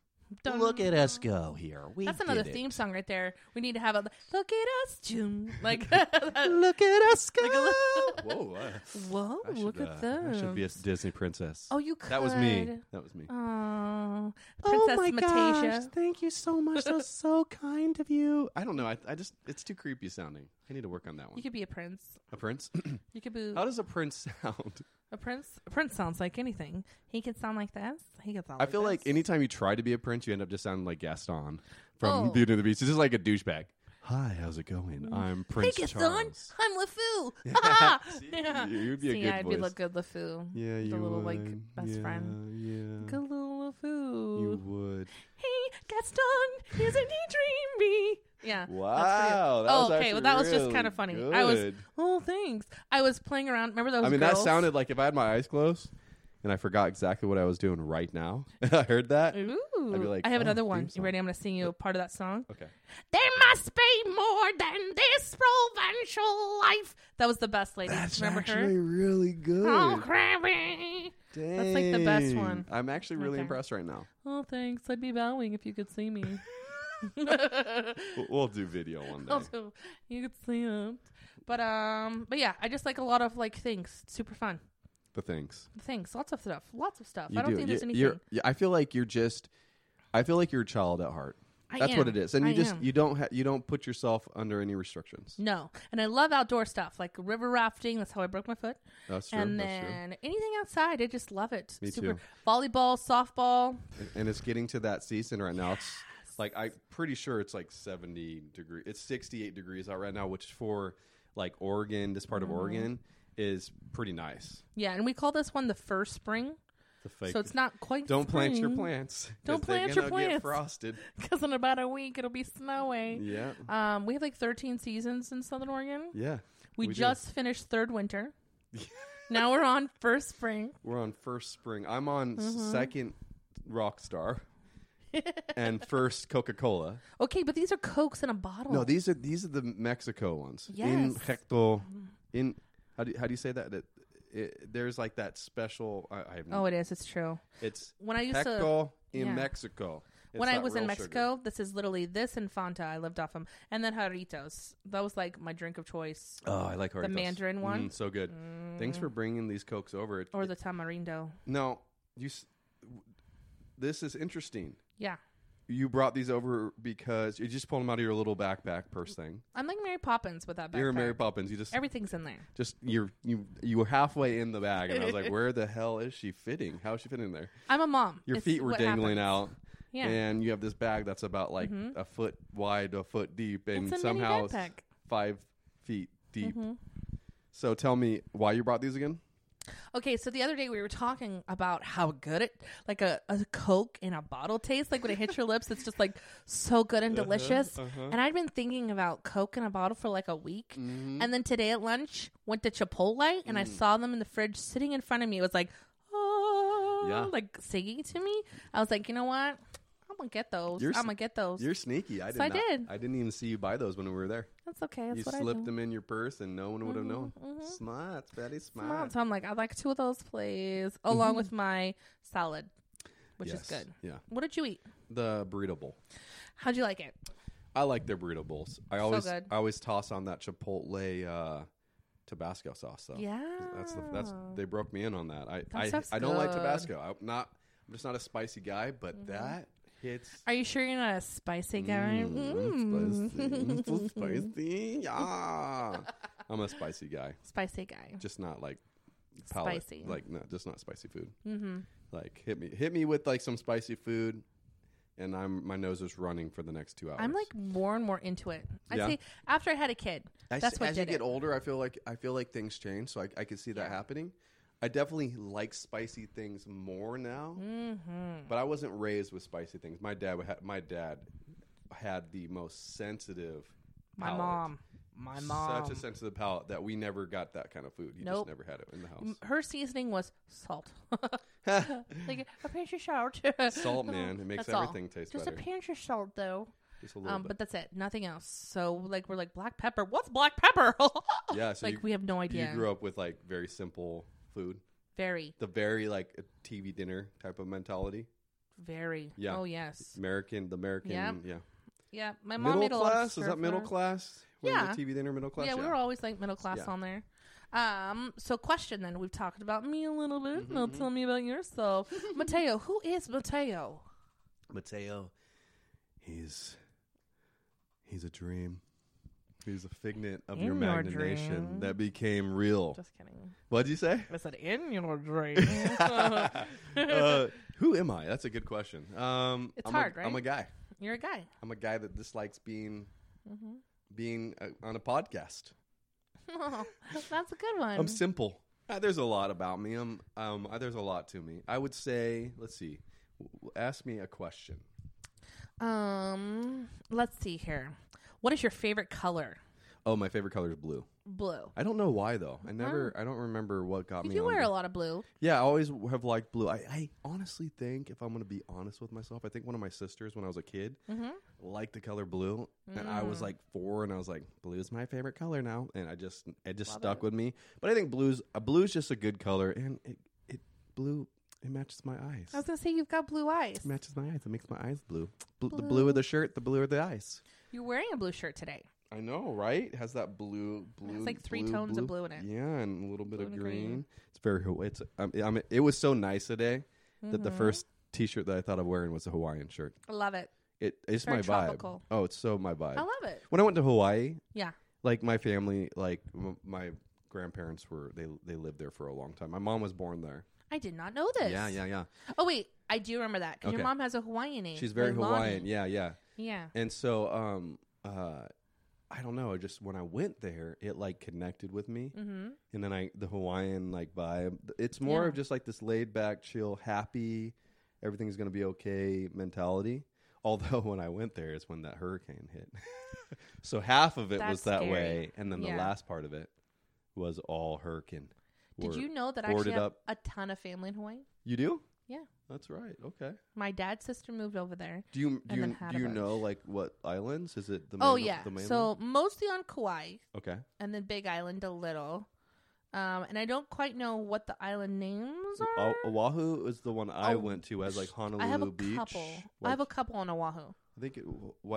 B: Dun.
C: Look at us go here. We
B: That's another
C: did it.
B: theme song right there. We need to have a look at us, Jim. Like, whoa,
C: Look at us go.
B: look-
C: Whoa! Uh, I should,
B: look at
C: uh, I
B: those.
C: should be a Disney princess.
B: oh, you could.
C: that was me. That was me.
B: Oh, Princess Matasia.
C: Thank you so much. That's so kind of you. I don't know. I, I just it's too creepy sounding. I need to work on that
B: You
C: one.
B: could be a prince.
C: A prince?
B: You could be
C: How does a prince sound?
B: a prince. A prince sounds like anything. He could sound like this. He could sound.
C: I feel like
B: this.
C: anytime you try to be a prince, you end up just sounding like Gaston from
B: Oh.
C: Beauty and the Beast. It's just like a douchebag. Hi, how's it going? I'm Prince
B: Hey, Gaston,
C: Charles.
B: I'm LeFou.
C: See,
B: yeah.
C: you'd be a
B: See,
C: good
B: I'd
C: voice.
B: be look good LeFou.
C: Yeah,
B: the
C: you
B: little
C: would.
B: like best
C: yeah,
B: friend.
C: Yeah,
B: Good little LeFou.
C: you would.
B: Hey, Gaston, isn't he dreamy? Yeah. that's pretty-
C: Wow, that
B: oh,
C: was
B: okay.
C: actually
B: Well, that was just
C: really
B: kind of funny. I was.
C: good.
B: Oh, thanks. I was playing around. Remember those?
C: I mean, that
B: girls?
C: sounded like if I had my eyes closed and I forgot exactly what I was doing right now, I heard that.
B: Ooh.
C: like,
B: I have
C: oh,
B: another
C: theme
B: one. You
C: song.
B: ready? I'm going to sing you a part of that song.
C: Okay.
B: There must be more than this provincial life. That was the best lady. Remember her?
C: really good.
B: Oh, crabby. that's like the best one.
C: I'm actually really
B: Okay.
C: impressed right now.
B: Oh, thanks. I'd be bowing if you could see me.
C: We'll, we'll do video one day.
B: also, you could see it. But um, but yeah, I just like a lot of like things. It's super fun.
C: The things.
B: Things, lots of stuff, lots of stuff.
C: You
B: I don't
C: do.
B: think
C: you,
B: there's anything.
C: you're- yeah, I feel like you're just. I feel like you're a child at heart.
B: I
C: That's what
B: am.
C: it is, and you
B: I
C: just
B: am.
C: you don't ha- you don't put yourself under any restrictions.
B: No, and I love outdoor stuff like river rafting. That's how I broke my foot.
C: That's true.
B: and
C: that's true.
B: then anything outside, I just love it.
C: Me
B: Super
C: too.
B: volleyball, softball.
C: and, and it's getting to that season right now. It's like I'm pretty sure it's like 70 degree. It's 68 degrees out right now, which for like Oregon, this
B: Mm-hmm.
C: part of Oregon is pretty nice.
B: Yeah, and we call this one the first spring,
C: The fake.
B: so it's not quite.
C: don't plant your
B: spring,
C: plants.
B: Don't
C: 'cause
B: plant
C: they're
B: your
C: gonna Get
B: plants.
C: frosted.
B: because in about a week it'll be snowing.
C: Yeah.
B: Um, we have like 13 seasons in Southern Oregon.
C: Yeah.
B: We,
C: do.
B: just finished third winter. now we're on first spring.
C: We're on first spring. I'm on s-
B: Mm-hmm.
C: second rock star and first Coca-Cola.
B: Okay, but these are cokes in a bottle.
C: No, these are these are the Mexico ones. In
B: Oh. Yes.
C: Hector. In how do you- how do you say that? That it, there's like that special. I, I have
B: Oh, it is. It's true.
C: It's
B: When I used to-
C: Hector in
B: yeah.
C: Mexico. It's
B: when I
C: that
B: was in
C: real
B: Mexico, this is literally this and Fanta I lived off of, and then Jarritos. That was like my drink of choice,
C: sugar. Oh, I like Haritos.
B: Mandarin
C: Mm,
B: one? Mm.
C: so good. Thanks for bringing these cokes over. It,
B: or the tamarindo.
C: no, you. s- w- This is interesting.
B: Yeah,
C: You brought these over because you just pulled them out of your little backpack purse thing.
B: I'm like Mary Poppins with that. Backpack.
C: You're Mary Poppins. You just
B: Everything's in there.
C: just you're you you were halfway in the bag, and I was like, where the hell is she fitting? How is she fitting there?
B: I'm a mom.
C: Your
B: It's
C: feet were
B: what
C: dangling
B: happens.
C: out.
B: Yeah.
C: And you have this bag that's about like a foot wide, a foot deep, and
B: It's a mini
C: somehow Mm-hmm. it's
B: backpack.
C: five feet deep. Mm-hmm. So tell me why you brought these again?
B: Okay, so the other day we were talking about how good it, like a, a Coke in a bottle tastes. Like when it hits your lips, it's just like so good
C: Uh-huh,
B: and delicious. And I'd been thinking about Coke in a bottle for like a week.
C: Mm-hmm.
B: And then today at lunch, went to Chipotle
C: Mm.
B: and I saw them in the fridge sitting in front of me. It was like, oh,
C: Yeah.
B: like singing to me. I was like, you know what? I'm going to get those.
C: You're s-
B: I'm going to get those.
C: You're sneaky. I did
B: I
C: not,
B: did.
C: I didn't even see you buy those when we were there.
B: That's okay. That's
C: you
B: what I do.
C: slipped
B: Mm-hmm,
C: them in your purse, and no one would have known. Smart, very Mm-hmm. smart.
B: Come on. So I'm like, I'd like two of those, please, along with my salad, which
C: Mm-hmm. yes.
B: is good.
C: Yeah,
B: What did you eat?
C: the burrito bowl.
B: How'd you like it?
C: I like their burrito bowls. I always
B: good.
C: I always toss on that Chipotle uh, Tabasco sauce though.
B: Yeah,
C: Oh, That's the that's they broke me in on that. I I,
B: Oh. stuff's
C: I don't like
B: good. Mm-hmm.
C: Tabasco. I'm not I'm just not a spicy guy, but that hits
B: Are you sure you're not a spicy guy? Mm.
C: spicy. so spicy. Yeah. I'm a spicy guy.
B: Spicy guy.
C: Just not like palate.
B: Spicy.
C: Like no, just not spicy food. Mm-hmm. Like hit me hit me with like some spicy food and I'm my nose is running for the next 2 hours.
B: I'm like more and more into it. I
C: Yeah.
B: see. After I had a kid,
C: I s-
B: that's what
C: as
B: did
C: you
B: it.
C: get older, I feel like I feel like things change, so I, I could see that happening. I definitely like spicy things more now,
B: Mm-hmm.
C: but I wasn't raised with spicy things. My dad would ha- my dad had the most sensitive
B: My
C: palate.
B: mom. My mom.
C: Such a sensitive palate that we never got that kind of food. You
B: Nope.
C: just never had it in the
B: M-
C: house.
B: her seasoning was salt. like a pinch of salt.
C: Salt, man, it makes
B: Oh, That's all.
C: everything taste
B: Just
C: better.
B: a pinch of salt, though.
C: just a little
B: Um,
C: bit.
B: but that's it. Nothing else. So like we're like black pepper. What's black pepper?
C: Yeah, so
B: like
C: you,
B: we have no
C: you
B: idea.
C: grew up with like very simple food,
B: very,
C: the very like TV dinner type of mentality.
B: very.
C: Yeah.
B: Oh yes.
C: American, the American,
B: Yep.
C: yeah.
B: Yeah. My mom
C: Middle
B: made a lot of
C: class is that middle
B: surfer.
C: class? Were
B: Yeah.
C: the TV dinner middle class.
B: Yeah, we were always like middle class
C: Yeah.
B: on there. Um, so question then. We've talked about me a little bit.
C: Mm-hmm,
B: Now tell me about yourself. Mateo, who is Mateo?
C: Mateo, he's he's a dream. He's a figment of your
B: In your
C: imagination
B: dream.
C: that became real.
B: Just kidding.
C: What'd you say?
B: I said in your dream.
C: uh, who am I? That's a good question. Um,
B: It's
C: I'm
B: hard,
C: a,
B: right?
C: I'm a guy.
B: You're a guy.
C: I'm a guy that dislikes being
B: Mm-hmm.
C: being uh on a podcast.
B: Oh, that's a good one.
C: I'm simple. Uh, there's a lot about me. I'm, um, uh, there's a lot to me. I would say, let's see. W- Ask me a question.
B: um, let's see here. What is your favorite color?
C: Oh, my favorite color is blue.
B: Blue.
C: I don't know why though. I never. I don't remember what got me.
B: You
C: on
B: wear
C: the-
B: a lot of blue.
C: Yeah, I always have liked blue. I, I honestly think, if I'm going to be honest with myself, I think one of my sisters when I was a kid liked the color blue, and I was like four, and I was like, "Blue is my favorite color now," and I just it just stuck with me. But I think blues uh, blue's just a good color, and it, it blue it matches my eyes.
B: I was gonna say you've got blue eyes.
C: It matches my eyes. It makes my eyes blue. Bl- The blue of the shirt, the blue of the eyes.
B: You're wearing a blue shirt today.
C: I know, right? It has that blue, blue.
B: like three tones of blue in it.
C: Yeah, and a little bit of
B: and
C: green.
B: green.
C: It's very. Haw- It's. Um, I mean, it was so nice today that
B: Mm-hmm.
C: the first T-shirt that I thought of wearing was a Hawaiian shirt.
B: I love it.
C: It, it's
B: Very
C: my
B: tropical.
C: vibe. Oh, it's so my vibe.
B: I love it.
C: when I went to Hawaii,
B: Yeah.
C: like my family, like m- my grandparents were they they lived there for a long time. My mom was born there.
B: I did not know this.
C: Yeah, yeah, yeah.
B: Oh wait, I do remember that because your
C: Okay.
B: mom has a Hawaiian name.
C: She's very
B: Leilani.
C: Hawaiian. Yeah, yeah.
B: Yeah.
C: And so, um, uh, I don't know. I just when I went there, it like connected with me,
B: Mm-hmm.
C: and then I the Hawaiian like vibe. It's more
B: Yeah.
C: of just like this laid back, chill, happy, everything's gonna be okay mentality. Although when I went there is when that hurricane hit, so half of it
B: That's
C: was that
B: scary.
C: way, and then
B: Yeah.
C: the last part of it was all hurricane.
B: Did
C: Word.
B: you know that I actually
C: boarded
B: have
C: up.
B: a ton of family in Hawaii?
C: You do?
B: Yeah.
C: That's right. Okay.
B: My dad's sister moved over there.
C: Do you do
B: And then
C: you,
B: had
C: do
B: a
C: you
B: bunch.
C: know like what islands? Is it the
B: oh
C: main-
B: yeah,
C: the mainland?
B: so mostly on Kauai
C: okay.
B: and then Big Island a little. Um, and I don't quite know what the island names are.
C: O- Oahu is the one I
B: Oh,
C: went to as like Honolulu
B: I have a
C: Beach.
B: couple. I have a couple on Oahu.
C: I think it,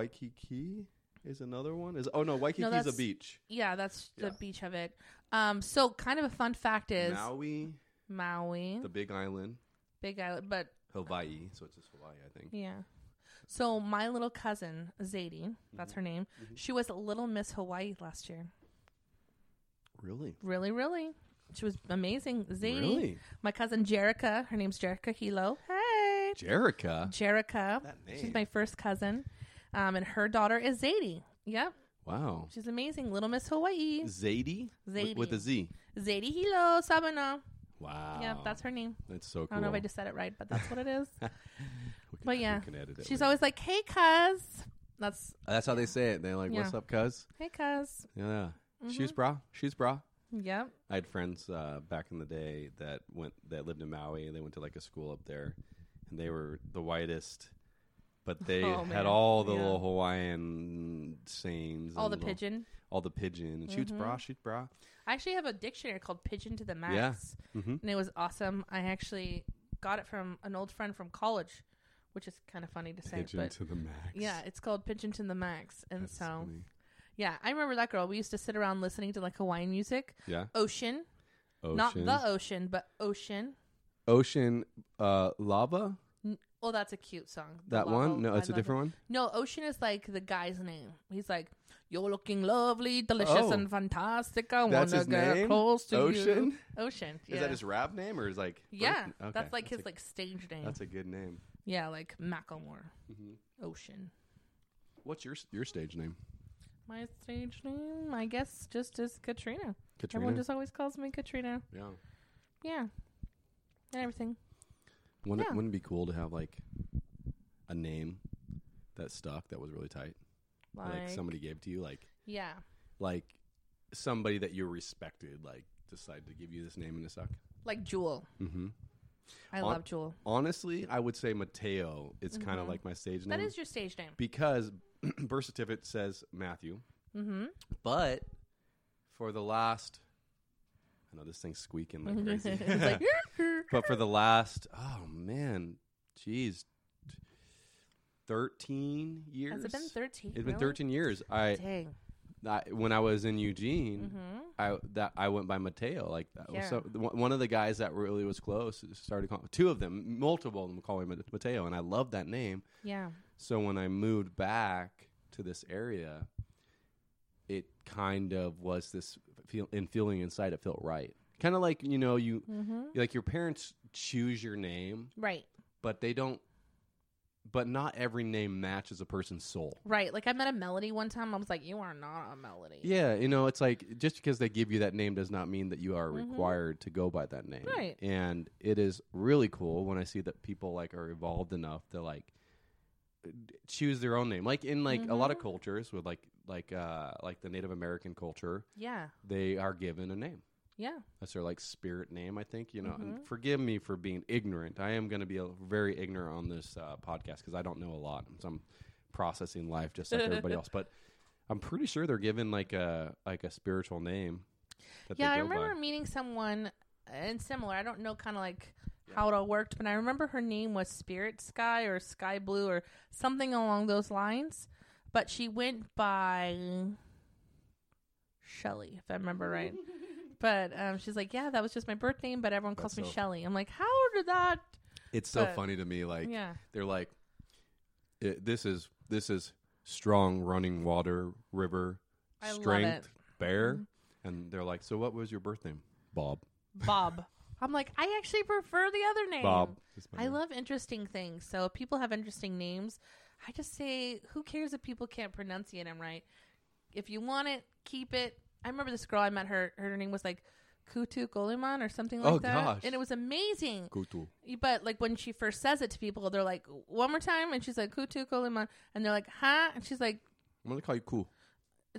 C: Waikiki is another one. Is oh no, Waikiki is a
B: that's-
C: beach.
B: Yeah, that's
C: Yeah.
B: the beach of it. Um, so kind of a fun fact is
C: Maui,
B: Maui,
C: the Big Island,
B: Big Island, but
C: Hawaii. So it's just Hawaii, I think.
B: Yeah. So my little cousin Zadie, that's her
C: Mm-hmm.
B: name. She was Little Miss Hawaii last year.
C: Really?
B: Really, really, she was amazing. Zadie,
C: Really?
B: my cousin Jerica. Her name's Jerica Hilo. Hey,
C: Jerica.
B: Jerica.
C: That
B: She's
C: name.
B: my first cousin, um, and her daughter is Zadie. Yep,
C: Wow.
B: she's amazing. Little Miss Hawaii.
C: Zadie. Wi- with
B: Zadie.
C: a Z.
B: Zadie Hilo Sabana.
C: Wow.
B: Yep, that's her name.
C: That's so cool.
B: I don't know if I just said it right, but that's what it is. but
C: We can- we
B: yeah,
C: can edit it
B: she's
C: later.
B: always like, "Hey, cuz." That's
C: That's how they say it. They're like,
B: Yeah. Mm-hmm.
C: "What's up, cuz?"
B: hey, cuz.
C: Yeah. She's bra. She's bra.
B: Yep.
C: I had friends uh, back in the day that went that lived in Maui. They went to like a school up there, and they were the whitest, but they
B: Oh, man.
C: had all the
B: Yeah.
C: little Hawaiian sayings.
B: All
C: and
B: the Mm-hmm.
C: little-
B: pigeon.
C: All the pigeon. And Shoots bra, shoots bra.
B: I actually have a dictionary called Pigeon to the Max.
C: Mhm.
B: And it was awesome. I actually got it from an old friend from college, which is kind of funny to say.
C: Pigeon
B: but
C: to the max.
B: yeah, it's called Pigeon to the Max. And
C: That's
B: so,
C: funny.
B: yeah, I remember that girl. We used to sit around listening to like Hawaiian music.
C: Yeah.
B: Ocean.
C: Ocean.
B: Not the ocean, but Ocean.
C: ocean uh, lava.
B: N- Oh, that's a cute song. The
C: That
B: Lava-
C: one? No,
B: I
C: it's a
B: love it.
C: different one.
B: No, Ocean is like the guy's name. He's like, "You're looking lovely, delicious,
C: Oh.
B: and fantastic. I
C: That's
B: wanna
C: his
B: get
C: name?
B: close to you."
C: Ocean?
B: Ocean. Yeah.
C: Is that his rap name or is like?
B: Yeah,
C: Okay.
B: that's like his
C: a-
B: like stage name.
C: That's a good name.
B: yeah, like Macklemore,
C: Mhm.
B: Ocean.
C: What's your your stage name?
B: My stage name, I guess, just is Katrina.
C: Katrina.
B: Everyone just always calls me Katrina.
C: yeah.
B: Yeah. And everything.
C: Wouldn't,
B: Yeah.
C: it, wouldn't it be cool to have like a name that stuck that was really tight? Like,
B: Like,
C: somebody gave to you, like
B: yeah.
C: like somebody that you respected, like decided to give you this name and it stuck.
B: Like Jewel.
C: Mm-hmm.
B: I
C: On-
B: love Jewel.
C: Honestly, I would say Mateo is kind
B: Mhm.
C: of like my stage
B: That
C: name
B: is your stage name.
C: because birth certificate says Matthew,
B: Mm-hmm.
C: but for the last, I know this thing's squeaking like crazy.
B: It's like,
C: but for the last oh man geez 13 years
B: has it been 13?
C: it's been 13 years I,
B: Dang.
C: I when i was in eugene
B: Mm-hmm.
C: i that i went by mateo like that was
B: Yeah.
C: so, the one one of the guys that really was close started calling two of them multiple of them call me Mate- mateo and i love that name
B: Yeah.
C: so when i moved back to this area it kind of was this feel and feeling inside it felt right kind of like you know you
B: Mm-hmm.
C: like your parents choose your name
B: Right.
C: but they don't but not every name matches a person's soul
B: Right. Like I met a Melody one time. I was like, you are not a Melody.
C: yeah you know it's like just because they give you that name does not mean that you are
B: Mhm.
C: required to go by that name
B: Right.
C: and it is really cool when i see that people like are evolved enough to like d- choose their own name like in like a lot of cultures with like like uh like the native american culture
B: Yeah.
C: they are given a name
B: Yeah.
C: that's their like spirit name i think you know
B: Mm-hmm.
C: and forgive me for being ignorant i am going to be a, very ignorant on this uh, podcast because i don't know a lot so i'm processing life just like everybody else but i'm pretty sure they're given like a like a spiritual name that
B: Yeah. I
C: they go
B: remember
C: by.
B: meeting someone uh, and similar. I don't know kind of like how it all worked, but I remember her name was Spirit Sky or Sky Blue or something along those lines. But she went by Shelly, if I remember right. But um, she's like, yeah, that was just my birth name, but everyone calls
C: That's
B: me
C: so-
B: Shelly. I'm like, how did that?
C: it's so
B: but-
C: funny to me like
B: yeah.
C: they're like it, this is this is strong running water river
B: I love Mm-hmm.
C: strength bear and they're like so what was your birth name bob
B: Bob. I'm like, I actually prefer the other name.
C: bob is my
B: I
C: name.
B: love interesting things. So if people have interesting names, I just say, who cares if people can't pronunciate them right? If you want it, keep it. I remember this girl I met her. Her name was like Kutu Goliman or something like
C: Oh,
B: that,
C: gosh.
B: and it was amazing.
C: Kutu.
B: But like when she first says it to people, they're like, one more time, and she's like Kutu Goliman, and they're like, huh? And she's like,
C: i'm gonna call you cool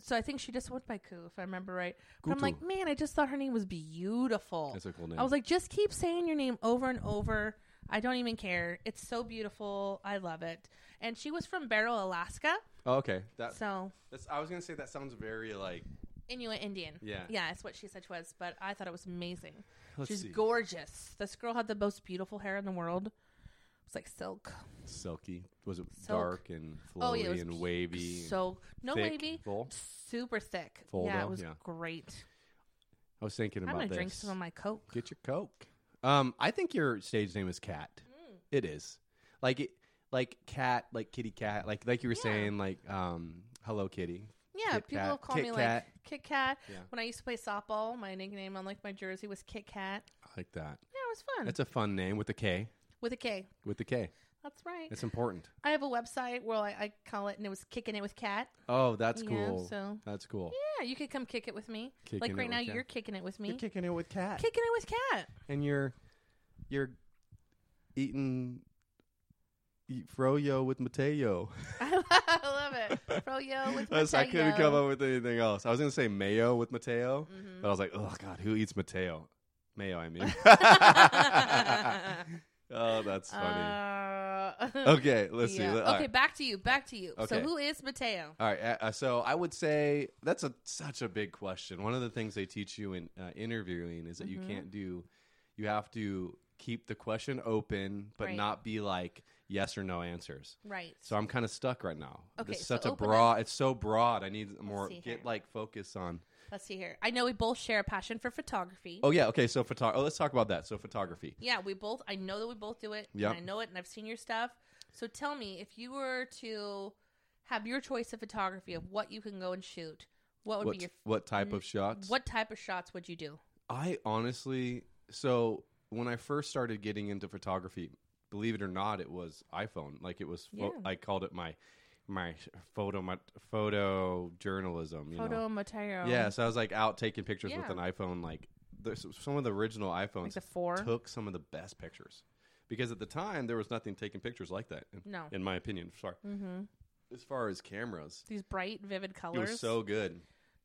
B: so I think she just went by Ku, if I remember right. But I'm
C: Kutu.
B: like, man, I just thought her name was beautiful.
C: that's a cool name
B: I was like, just keep saying your name over and over. I don't even care. It's so beautiful. I love it. And she was from Barrow, Alaska.
C: Oh, okay. That,
B: So
C: that's, I was gonna say that sounds very like.
B: Inuit Indian.
C: Yeah.
B: Yeah, that's what she said she was, but I thought it was amazing.
C: Let's
B: She's
C: see.
B: gorgeous. This girl had the most beautiful hair in the world. It's like silk.
C: Silky. Was it
B: Silk.
C: dark and flowy
B: Oh, yeah, it was
C: and
B: pu-
C: wavy? and
B: So no
C: thick,
B: wavy.
C: full?
B: Super thick.
C: Full
B: yeah,
C: though?
B: it was
C: Yeah.
B: great.
C: I was thinking
B: I'm
C: about
B: gonna
C: this.
B: drink some of my Coke.
C: Get your coke. Um, I think your stage name is Cat.
B: Mm.
C: It is. Like it, like cat, like kitty cat, like like you were
B: Yeah.
C: saying, like um, hello kitty.
B: Yeah, people
C: Kit Kat.
B: have called
C: Kit
B: me
C: Kat.
B: like Kit Kat.
C: Yeah.
B: When I used to play softball, my nickname on like my jersey was Kit Kat.
C: I like that.
B: Yeah, it was fun.
C: That's a fun name with a K.
B: with a K.
C: With the K,
B: That's right.
C: it's important.
B: I have a website where I, I call it, and it was kicking it with cat.
C: Oh, that's
B: Yeah,
C: cool.
B: so-
C: that's cool.
B: Yeah, you could come kick it with me.
C: Kicking
B: like right
C: it
B: now,
C: with Kat.
B: you're kicking it with me.
C: You're kicking it with Cat,
B: kicking it with cat.
C: and you're you're eating eat froyo with Mateo.
B: I love, I love it. Froyo with
C: Yes, I couldn't come
B: Mateo.
C: up with anything else. I was gonna say mayo with Mateo,
B: Mhm.
C: but I was like, oh god, who eats Mateo? Mayo, I mean. oh, that's funny.
B: Uh,
C: okay, let's
B: yeah.
C: see. All
B: Okay,
C: right.
B: back to you. Back to you. So
C: Okay.
B: who is Mateo?
C: All right, uh, uh, so I would say that's a such a big question. One of the things they teach you in uh, interviewing is that
B: Mm-hmm.
C: you can't do, you have to keep the question open, but
B: Right.
C: not be like yes or no answers.
B: Right.
C: So I'm kind of stuck right now.
B: Okay,
C: it's
B: so
C: such a
B: open
C: broad. It's so broad. I need more
B: see
C: get
B: here.
C: like focus on.
B: Let's see here. I know we both share a passion for photography.
C: Oh yeah, okay. So photo. Oh, let's talk about that. So photography.
B: Yeah, we both. I know that we both do it.
C: Yep.
B: and I know it, and I've seen your stuff. So tell me, if you were to have your choice of photography of what you can go and shoot, what would
C: What
B: be your mm,
C: what type of shots?
B: what type of shots would you do?
C: I honestly. So when I first started getting into photography, believe it or not, it was iPhone. Like it was. Fo-
B: Yeah.
C: I called it my my photo my photo journalism. You know.
B: Photo Mateo.
C: Yeah. So I was like out taking pictures with
B: Yeah.
C: an iPhone, like there's some of the original iPhones
B: Like the four?
C: took some of the best pictures because at the time there was nothing taking pictures like that. In,
B: No.
C: in my opinion, sorry. As far as cameras,
B: Mm-hmm. These bright, vivid
C: it
B: colors.
C: was so good.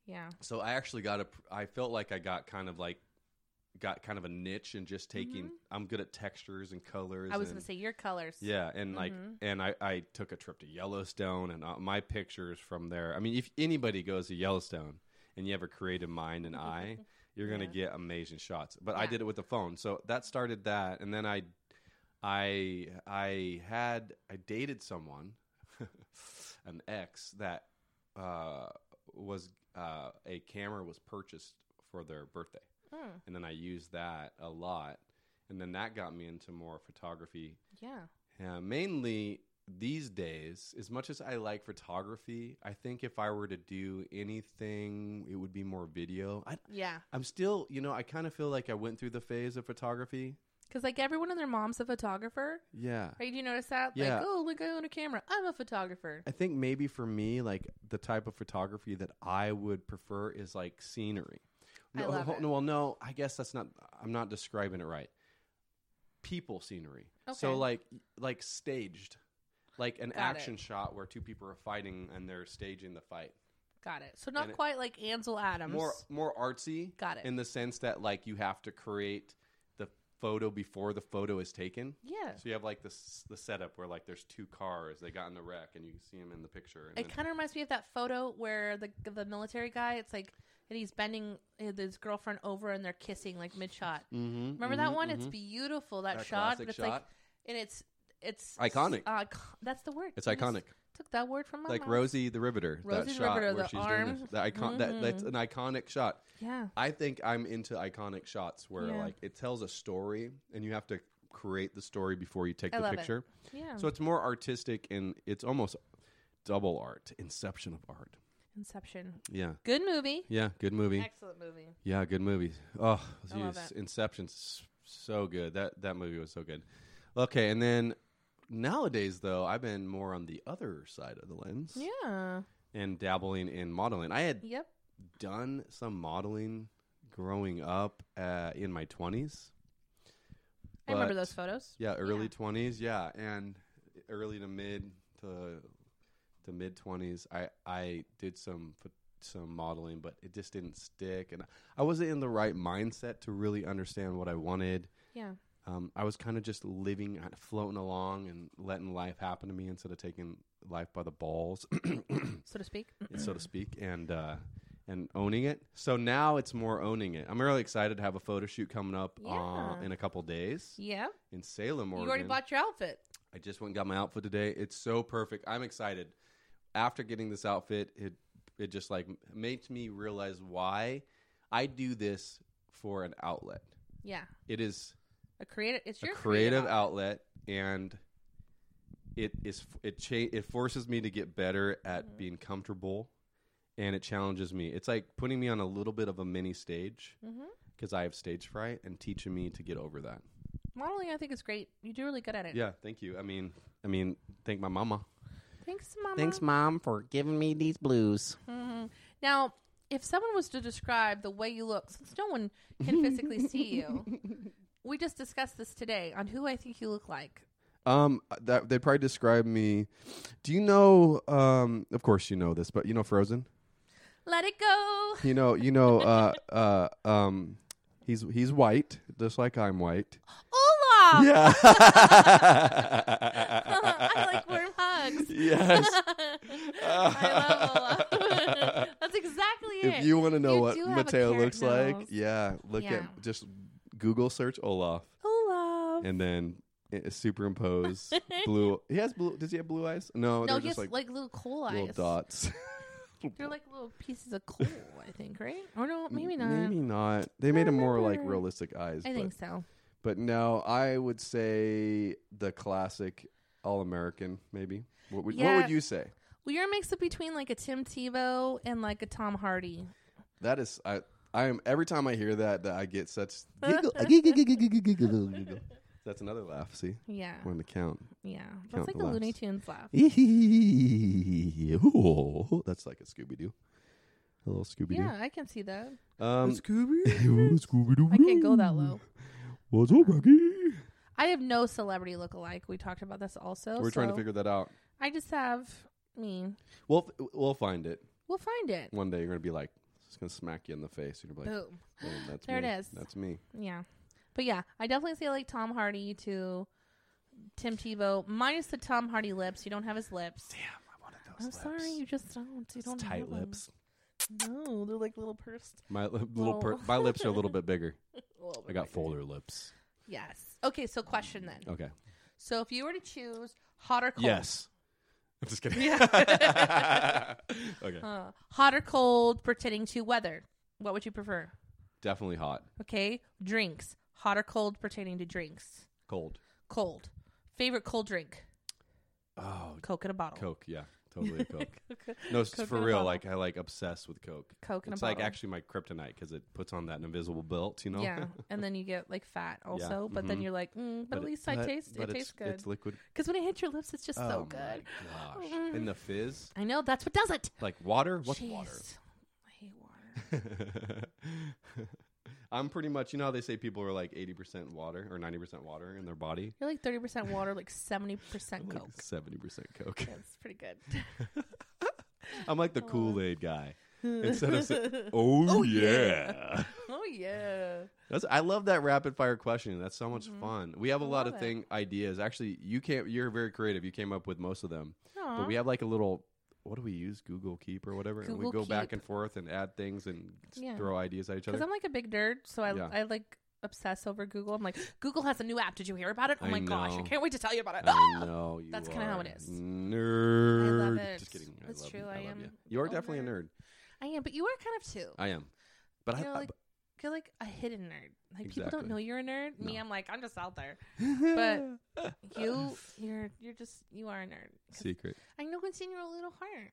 B: yeah.
C: So I actually got a. pr- I felt like I got kind of like got kind of a niche in just taking. I'm good at textures and colors.
B: Mm-hmm. I was
C: and,
B: gonna say your colors.
C: yeah, and like, and I, I took a trip to Yellowstone, and uh, my pictures from there. I mean, if anybody goes to Yellowstone and you have a creative mind and eye, you're gonna get amazing shots. But I
B: Yeah.
C: did it with the phone, so that started that, and then I, I, I had I dated someone, an ex that uh, was uh, a camera was purchased for their birthday
B: Mm,
C: and then I used that a lot, and then that got me into more photography.
B: yeah.
C: Uh, mainly these days, as much as I like photography, I think if I were to do anything, it would be more video. I,
B: Yeah.
C: I'm still, you know, I kind of feel like I went through the phase of photography.
B: Because like everyone and their mom's a photographer,
C: Yeah.
B: right? Do you notice that?
C: Yeah.
B: Like, oh look, I own a camera. I'm a photographer.
C: I think maybe for me, like the type of photography that I would prefer is like scenery.
B: I
C: No,
B: love
C: ho-
B: it.
C: no, well, no, I guess that's not. I'm not describing it right. People scenery. So
B: Okay.
C: like, like staged, like an
B: Got it.
C: action shot where two people are fighting and they're staging the fight.
B: Got it. So not
C: And it-
B: quite like Ansel Adams.
C: More, more artsy.
B: Got it.
C: In the sense that like you have to create the photo before the photo is taken.
B: yeah.
C: So you have like this the setup where like there's two cars they got in a wreck and you can see them in the picture. And
B: It
C: then-
B: kind of reminds me of that photo where the the military guy. It's like and he's bending eh, his girlfriend over and they're kissing like mid shot.
C: Mhm,
B: Remember
C: mhm,
B: that one? It's
C: mhm.
B: beautiful that,
C: That
B: shot.
C: classic
B: But it's like
C: shot.
B: and it's it's
C: Iconic.
B: Uh, that's the word.
C: It's
B: You just
C: iconic.
B: Took that word from my
C: like
B: mouth.
C: Rosie the Riveter.
B: Rosie
C: that
B: the
C: shot
B: Riveter,
C: where
B: the
C: she's doing
B: arm.
C: this. That icon- that, that's
B: Mhm.
C: an iconic shot.
B: Yeah.
C: I think I'm into iconic shots where
B: Yeah.
C: like it tells a story and you have to create the story before you take
B: I
C: the
B: love it.
C: picture.
B: Yeah.
C: So it's more artistic and it's almost double art, inception of art.
B: Inception.
C: Yeah.
B: Good movie.
C: Yeah, good movie.
B: Excellent movie.
C: Yeah, good movie. Oh,
B: I love
C: geez,
B: it.
C: Inception's so good. That that movie was so good. Okay, and then nowadays though, I've been more on the other side of the lens.
B: Yeah.
C: and dabbling in modeling. I had
B: Yep.
C: done some modeling growing up uh, in my 20s.
B: I remember
C: But-
B: those photos.
C: Yeah, early
B: Yeah.
C: 20s, yeah, and early to mid to to mid 20s. I I did some ph- some modeling, but it just didn't stick and I wasn't in the right mindset to really understand what I wanted.
B: Yeah.
C: Um, I was kind of just living, kind of floating along, and letting life happen to me instead of taking life by the balls.
B: So to speak.
C: so to speak, and uh, and owning it. So now it's more owning it. I'm really excited to have a photo shoot coming up uh,
B: Yeah.
C: in a couple days
B: Yeah.
C: in Salem, Oregon.
B: You already bought your outfit.
C: I just went and got my outfit today. It's so perfect. I'm excited. After getting this outfit, it it just like makes me realize why I do this for an outlet.
B: Yeah.
C: It is
B: A creative. It's
C: a
B: your
C: creative outlet and it is it cha- it forces me to get better at being comfortable and it challenges me it's like putting me on a little bit of a mini stage
B: Mhm.
C: because i have stage fright and teaching me to get over that
B: Modeling, I think, is great. You do really good at it.
C: yeah thank you i mean i mean thank my mama
B: Thanks, Mama.
D: Mom, for giving me these blues.
B: Mhm. Now, if someone was to describe the way you look, since no one can physically see you, we just discussed this today on who I think you look like.
C: um that they probably describe me do you know um of course you know this but you know frozen
B: Let it go.
C: you know you know uh uh um he's he's white just like i'm white
B: Olaf.
C: Yeah.
B: I like warm hugs.
C: yes.
B: I love Olaf. That's exactly it.
C: If you want to know
B: You
C: what
B: do have a
C: Mateo
B: carrot
C: looks like,
B: nose.
C: yeah, look
B: Yeah.
C: at just Google search Olaf
B: Olaf.
C: and then i- uh, superimpose blue. He has blue. Does he have blue eyes? No,
B: no,
C: they're
B: he has
C: just
B: like,
C: like,
B: little coal
C: little
B: eyes.
C: dots.
B: They're like little pieces of coal, I think, right? Or no, maybe not.
C: Maybe not. They made him more like
B: remember.
C: realistic eyes.
B: I
C: but-
B: think so.
C: But no, I would say the classic all American. Maybe. What would, what
B: Yeah.
C: would you say?
B: Well, you're a mix up between like a Tim Tebow and like a Tom Hardy.
C: That is, I, I am every time I hear that, that I get such giggle. That's another laugh. See,
B: Yeah,
C: we're in the count.
B: yeah.
C: Count
B: That's like
C: the
B: a Looney
C: laughs.
B: Tunes laugh.
C: That's like a Scooby Doo. A little Scooby Doo.
B: Yeah, I can see that.
C: Um,
B: Scooby.
C: Scooby Doo.
B: I can't go that low.
C: What's up, Rocky?
B: I have no celebrity look-alike. We talked about this also.
C: We're trying to
B: so
C: figure that out.
B: I just have me.
C: We'll we'll find it
B: We'll find it.
C: one day. You're gonna be like, it's gonna smack you in the face. You're gonna be like,
B: Boom.
C: "Oh, that's
B: There it
C: me.
B: is.
C: That's me.
B: Yeah. But yeah, I definitely say like Tom Hardy to Tim Tebow, minus the Tom Hardy lips. You don't have his lips.
C: Damn, I wanted
B: I'm sorry, you just don't. You don't have
C: tight
B: them.
C: lips.
B: No, they're like little pursed.
C: My li- little per-
B: Little.
C: my lips are a little bit bigger.
B: Well,
C: I got fuller lips.
B: Yes. Okay, so question then.
C: Okay.
B: So if you were to choose hot or cold,
C: Yes. I'm just kidding.
B: Yeah.
C: okay.
B: uh, hot or cold, pertaining to weather, what would you prefer?
C: Definitely hot.
B: Okay, drinks, hot or cold, pertaining to drinks,
C: Cold.
B: cold. Favorite cold drink,
C: Oh,
B: Coke in a bottle.
C: Coke. Yeah, totally a Coke.
B: Coke,
C: No, it's
B: Coke
C: for
B: in a
C: real.
B: bottle.
C: Like I like obsessed with Coke.
B: Coke in
C: it's
B: a
C: like
B: bottle.
C: actually my kryptonite because it puts on that invisible belt. You know.
B: Yeah, and then you get like fat also, but then
C: mhm.
B: you're like, mm, but, at least I
C: but-
B: taste
C: but
B: it
C: it's-
B: tastes good
C: It's liquid.
B: because when it hits your lips, it's just so
C: Oh my
B: good.
C: Gosh.
B: Mm.
C: And the fizz,
B: I know that's what does it.
C: like water. What's
B: Jeez.
C: water?
B: I hate water.
C: I'm pretty much. You know how they say people are like 80% water or 90% water in their body.
B: You're like thirty percent water, like seventy
C: Oh
B: percent Coke.
C: Seventy percent Coke.
B: That's pretty good.
C: I'm like the Kool Aid guy. Instead of sa- oh, yeah.
B: oh yeah.
C: That's I love that rapid fire question. That's so much fun. We have a
B: Mm-hmm. I
C: lot
B: love
C: of
B: it.
C: thing ideas. Actually, you can't. You're very creative. You came up with most of them.
B: Aw.
C: But we have like a little. What do we use? Google Keep or whatever, and we
B: Google
C: go back
B: Keep.
C: and forth and add things and s-
B: Yeah.
C: throw ideas at each
B: Because
C: other.
B: I'm like a big nerd, so I,
C: Yeah.
B: I like obsess over Google. I'm like, Google has a new app. Did you hear about it? Oh
C: I
B: my gosh, I
C: know.
B: can't wait to tell you about it.
C: I know you.
B: That's kinda how
C: are
B: it is.
C: Nerd.
B: I love it.
C: Just kidding.
B: That's
C: I love,
B: true,
C: I,
B: I
C: love
B: am
C: You. You're
B: a
C: definitely a
B: nerd.
C: nerd.
B: Oh, I am, but you are kind of too.
C: I am. But
B: You know,
C: I,
B: like- You're like a hidden nerd. Like people don't
C: Exactly.
B: know you're a nerd. Me,
C: No.
B: I'm like I'm just out there.
C: but
B: You, you're you're just you are a nerd. 'Cause
C: secret.
B: I know it's in your little heart.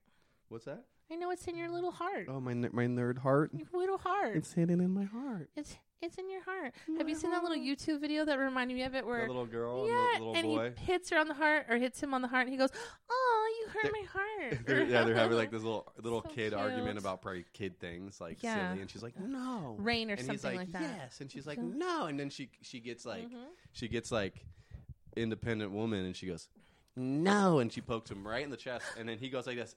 C: What's that?
B: I know it's in your little heart.
C: Oh my n- my nerd heart.
B: Your little heart.
C: It's hidden in my heart.
B: It's it's in your heart. Have you seen that little YouTube video that reminded me of it? Where
C: The little girl
B: yeah,
C: and the
B: and
C: little boy.
B: he hits her on the heart or hits him on the heart, and he goes, "Oh, you hurt my heart."
C: They're- yeah, they're having like this little little
B: So
C: kid argument
B: cute.
C: about probably kid things like
B: Yeah.
C: silly, and she's like, "No,"
B: rain or
C: and he's
B: something
C: like,
B: like, that.
C: "Yes," and she's like,
B: Yeah.
C: "No," and then she she gets like
B: Mhm.
C: she gets like independent woman, and she goes, "No," and she pokes him right in the chest, and then he goes like this,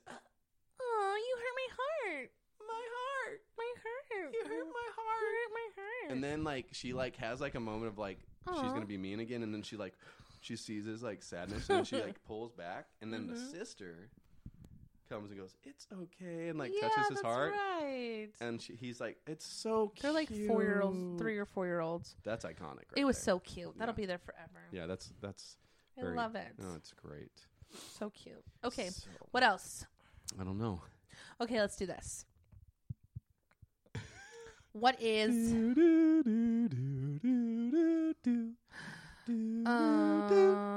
B: Oh, you hurt my heart. My heart. My heart. Mm-hmm.
C: "You hurt my
B: You
C: heart,"
B: hurt my heart.
C: and then like she like has like a moment of like she's
B: Aw.
C: gonna be mean again, and then she like she sees his like sadness, and then she like pulls back, and then
B: Mhm.
C: the sister comes and goes, "It's okay," and like
B: yeah,
C: touches his
B: that's
C: heart.
B: Right.
C: And she, he's like, it's so cute.
B: They're like four year olds, three or four year olds.
C: That's iconic. Right
B: it was
C: there.
B: so cute. That'll
C: Yeah.
B: be there forever.
C: Yeah, that's that's.
B: I
C: very-
B: love it.
C: Oh, it's great.
B: So cute. Okay,
C: So-
B: what else?
C: I don't know.
B: Okay, let's do this. What is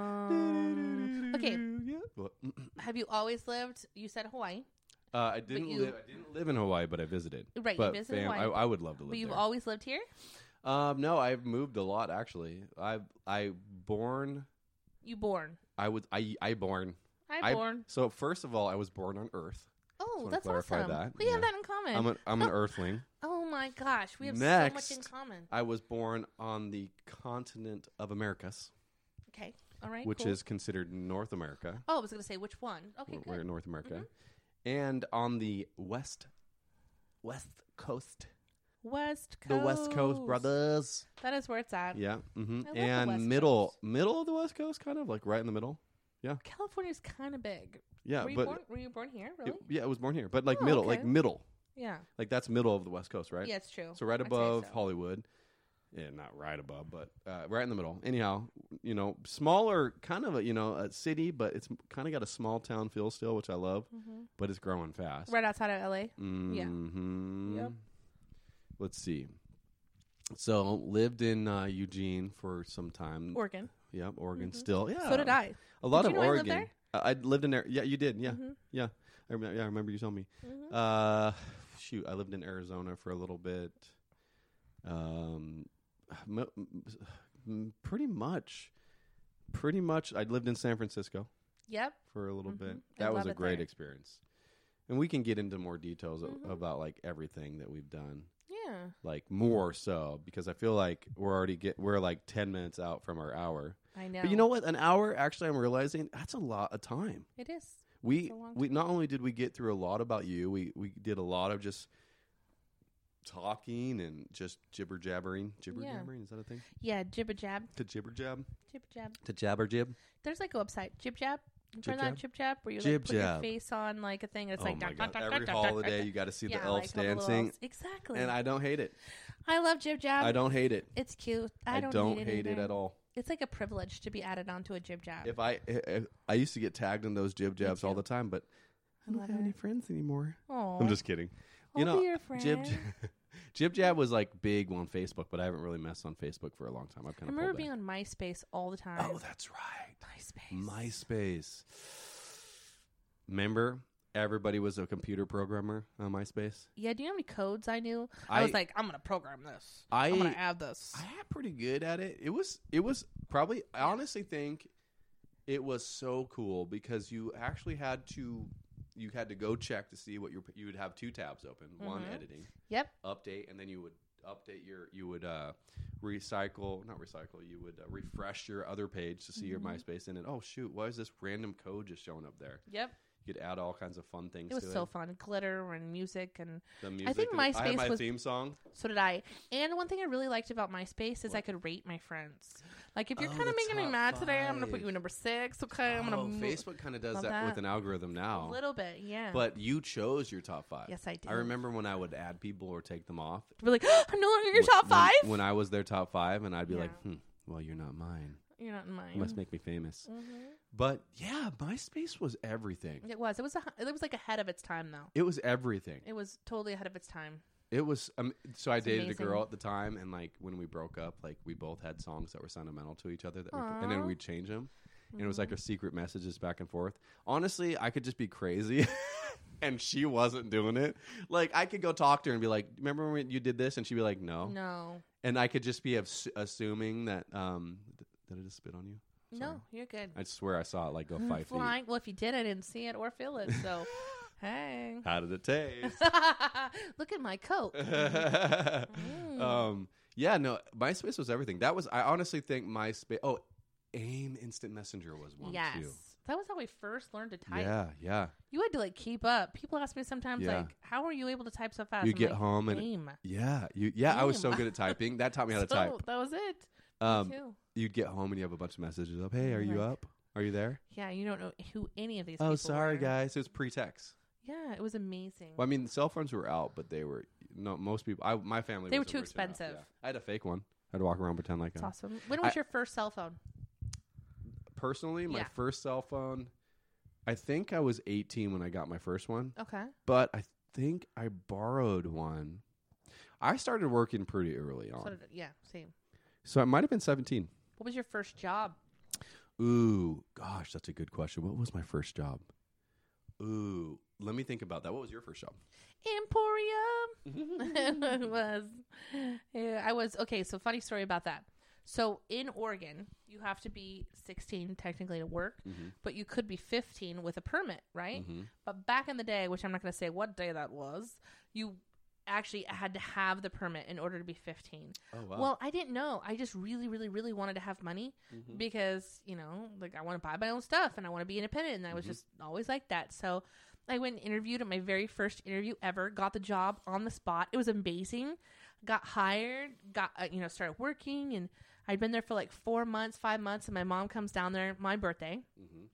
B: um, okay?
C: Well,
B: Have you always lived? You said Hawaii,
C: uh, I didn't
B: you-
C: live. I didn't live in Hawaii, but I visited.
B: right?
C: but
B: you visited
C: fam,
B: Hawaii,
C: I, I would love to live
B: but you've
C: there.
B: always lived here.
C: um, no, I've moved a lot actually. I I born.
B: You born?
C: I was I I born.
B: I,
C: I-
B: born.
C: So first of all, I was born on Earth.
B: Oh,
C: wanna
B: that's
C: clarify
B: awesome.
C: that,
B: We have
C: yeah.
B: that in common.
C: I'm an, I'm an Earthling.
B: oh my gosh, we have so much in
C: Next.
B: common.
C: I was born on the continent of Americas,
B: Okay, all right.
C: which
B: cool.
C: is considered North America.
B: Oh, I was gonna say which one? Okay, Mm-hmm.
C: We're-
B: good.
C: We're in North America, and on the west west coast,
B: West Coast.
C: the West Coast brothers.
B: That is where it's at.
C: Yeah,
B: I
C: hmm
B: love the West
C: and middle
B: Coast.
C: middle of the West Coast, kind of like right in the middle.
B: California's kind of big.
C: Yeah,
B: were, you
C: but
B: born, were you born here?
C: it-
B: Really?
C: yeah, I was born here, but like
B: Oh,
C: middle,
B: okay.
C: like middle,
B: yeah.
C: like that's middle of the West Coast, right?
B: Yeah, it's true.
C: So right
B: I'd say
C: above
B: so.
C: Hollywood. Yeah, not right above, but uh, right in the middle. Anyhow, you know, smaller, kind of a you know a city, but it's kind of got a small town feel still, which I love.
B: Mhm.
C: But it's growing fast.
B: Right outside of LA. Yeah.
C: Mm-hmm.
B: Yep.
C: Let's see. So lived in uh, Eugene for some time.
B: Oregon.
C: yep, Oregon
B: Mhm.
C: still. Yeah.
B: So did I.
C: A lot
B: Did
C: of
B: you know I lived
C: Oregon. I, I lived in there. Yeah, you did. Yeah,
B: Mhm.
C: yeah. I remember, yeah, I remember you telling me.
B: Mhm.
C: Uh, shoot, I lived in Arizona for a little bit. Um, mo- m- pretty much, pretty much. I lived in San Francisco
B: Yep.
C: for a little
B: Mhm.
C: bit.
B: I
C: That was
B: love
C: a
B: it
C: great
B: there.
C: experience. It and we can get into more details a-
B: Mhm.
C: about like everything that we've done,
B: Yeah.
C: like more so because I feel like we're already get we're like ten minutes out from our hour.
B: I know.
C: But you know what? An hour actually, I'm realizing that's a lot of time.
B: It is.
C: We
B: It's a long
C: we not only did we get through a lot about you, we we did a lot of just talking and just jibber jabbering. Jibber
B: Yeah.
C: jabbering is that a thing?
B: Yeah, jibba jab,
C: To jibber jab.
B: jibba jab.
C: To jabber jib.
B: There's like a website, jib jab. You remember that jib jab where you
C: Jib
B: like put
C: Jab.
B: your face on like a thing that's
C: oh
B: like
C: my
B: dot, dot,
C: god!
B: dot,
C: Every
B: dot, dot, dot,
C: holiday,
B: dot.
C: you got to see
B: Yeah,
C: the
B: I
C: elves
B: like all the little
C: dancing,
B: elves. Exactly.
C: and I don't hate it.
B: I love jib jab.
C: I don't hate it.
B: It's cute. I
C: I
B: don't, hate,
C: hate it
B: either.
C: at all.
B: It's like a privilege to be added onto a jib jab.
C: If I I, I used to get tagged in those jib jabs all
B: too.
C: the time, but I don't
B: Love
C: have
B: it.
C: any friends anymore.
B: Aw.
C: I'm just kidding.
B: I'll
C: you know,
B: be your
C: Jib,
B: friend.
C: Jib Jab was like big on Facebook, but I haven't really messed on Facebook for a long time. I've
B: I
C: kind of
B: remember being on MySpace all the time.
C: Oh, that's right.
B: MySpace.
C: MySpace. Remember, everybody was a computer programmer on MySpace.
B: Yeah, do you know how many codes I knew? I, was
C: I-
B: like, I'm gonna program this.
C: I
B: I'm gonna add this.
C: I had pretty good at it. It was it was probably I honestly think it was so cool because you actually had to you had to go check to see what your you would have two tabs open, one
B: Mhm.
C: editing,
B: yep.
C: update and then you would update your you would uh recycle not recycle you would uh, refresh your other page to see your
B: Mm-hmm.
C: myspace in it oh shoot why is this random code just showing up there
B: Yep.
C: you could add all kinds of fun things
B: It was
C: to
B: so
C: it
B: fun. Glitter and music and
C: the music
B: think
C: I had
B: MySpace
C: my
B: was-
C: theme song
B: so did I. And one thing I really liked about MySpace is I could rate my friends. Like if you're
C: Oh,
B: kind
C: the
B: of making me
C: top
B: mad today, I'm gonna put
C: five.
B: you in number six. Okay, I'm gonna
C: oh,
B: move
C: facebook kind of does
B: Love
C: that, with
B: that.
C: an algorithm
B: a
C: now
B: little bit. Yeah.
C: but you chose your top five
B: yes, I did.
C: i remember when i would add people or take them off
B: We're like, I'm no longer your
C: Wh-
B: top
C: when-
B: five.
C: when, i was their top five and i'd be
B: Yeah.
C: like hmm well you're not mine
B: you're not in mine.
C: you must make me famous
B: Mhm.
C: but yeah myspace was everything
B: It was. It was. A, it was like ahead of its time, though.
C: It was everything.
B: It was totally ahead of its time.
C: It was um, so I dated
B: amazing.
C: a girl at the time, and like when we broke up, like we both had songs that were sentimental to each other, that we, and
B: Aw. Mm.
C: then we'd change them, and it was like our secret messages back and forth. Honestly, I could just be crazy, and she wasn't doing it. Like I could go talk to her and be like, "Remember when you did this?" and she'd be like, "No,"
B: No,
C: and I could just be abs- assuming that. um th- Did I just spit on you?
B: no, you're good.
C: I swear I saw it like go five feet.
B: Flying. Well, if you did, I didn't see it or feel it. So, hey,
C: How did it taste?
B: look at my coat.
C: Mm.
B: Mm-hmm.
C: um, yeah, no, MySpace was everything. That was I honestly think MySpace. Oh, AIM Instant Messenger was one
B: yes,
C: too.
B: that was how we first learned to type.
C: Yeah, yeah,
B: You had to like keep up. People ask me sometimes,
C: Yeah.
B: like, how are you able to type so fast?
C: You
B: I'm
C: get
B: like,
C: home and-
B: aim.
C: yeah. You, yeah, I was so
B: AIM.
C: good at typing. That taught me how to
B: So,
C: type.
B: That was it. Me
C: Um,
B: too.
C: you'd get home and you have a bunch of messages up. Hey, are you
B: Like-
C: up? Are you there?
B: Yeah, you don't know who any of these.
C: Oh,
B: people
C: sorry
B: were.
C: guys, it was pre-text.
B: Yeah, it was amazing.
C: Well, I mean, cell phones were out, but they were no. Most people, I my family,
B: They were
C: wasn't
B: too
C: rich enough,
B: expensive.
C: yeah. I had a fake one. I'd walk around pretend like
B: It's
C: I
B: awesome. When was
C: I-
B: your first cell phone?
C: personally my
B: Yeah.
C: first cell phone. I think I was 18 when I got my first one.
B: Okay.
C: but I think I borrowed one. I started working pretty early
B: So
C: on,
B: did, yeah, same.
C: so I might have been seventeen.
B: What was your first job?
C: Ooh, gosh, that's a good question. What was my first job? Ooh, let me think about that. What was your first job?
B: Emporium. it was. Yeah, I was okay. So funny story about that. So in Oregon, you have to be 16 technically to work,
C: Mhm.
B: but you could be 15 with a permit, right?
C: Mhm.
B: But back in the day, which I'm not going to say what day that was, you actually had to have the permit in order to be 15.
C: Oh wow.
B: Well, I didn't know. I just really, really, really wanted to have money
C: Mhm.
B: because, you know, like I want to buy my own stuff and I want to be independent. And I was just always like that. So I went and interviewed at my very first interview ever, got the job on the spot. It was amazing. Got hired, got, uh, you know, started working. And I'd been there for like four months, five months. And my mom comes down there, my birthday.
C: Mhm.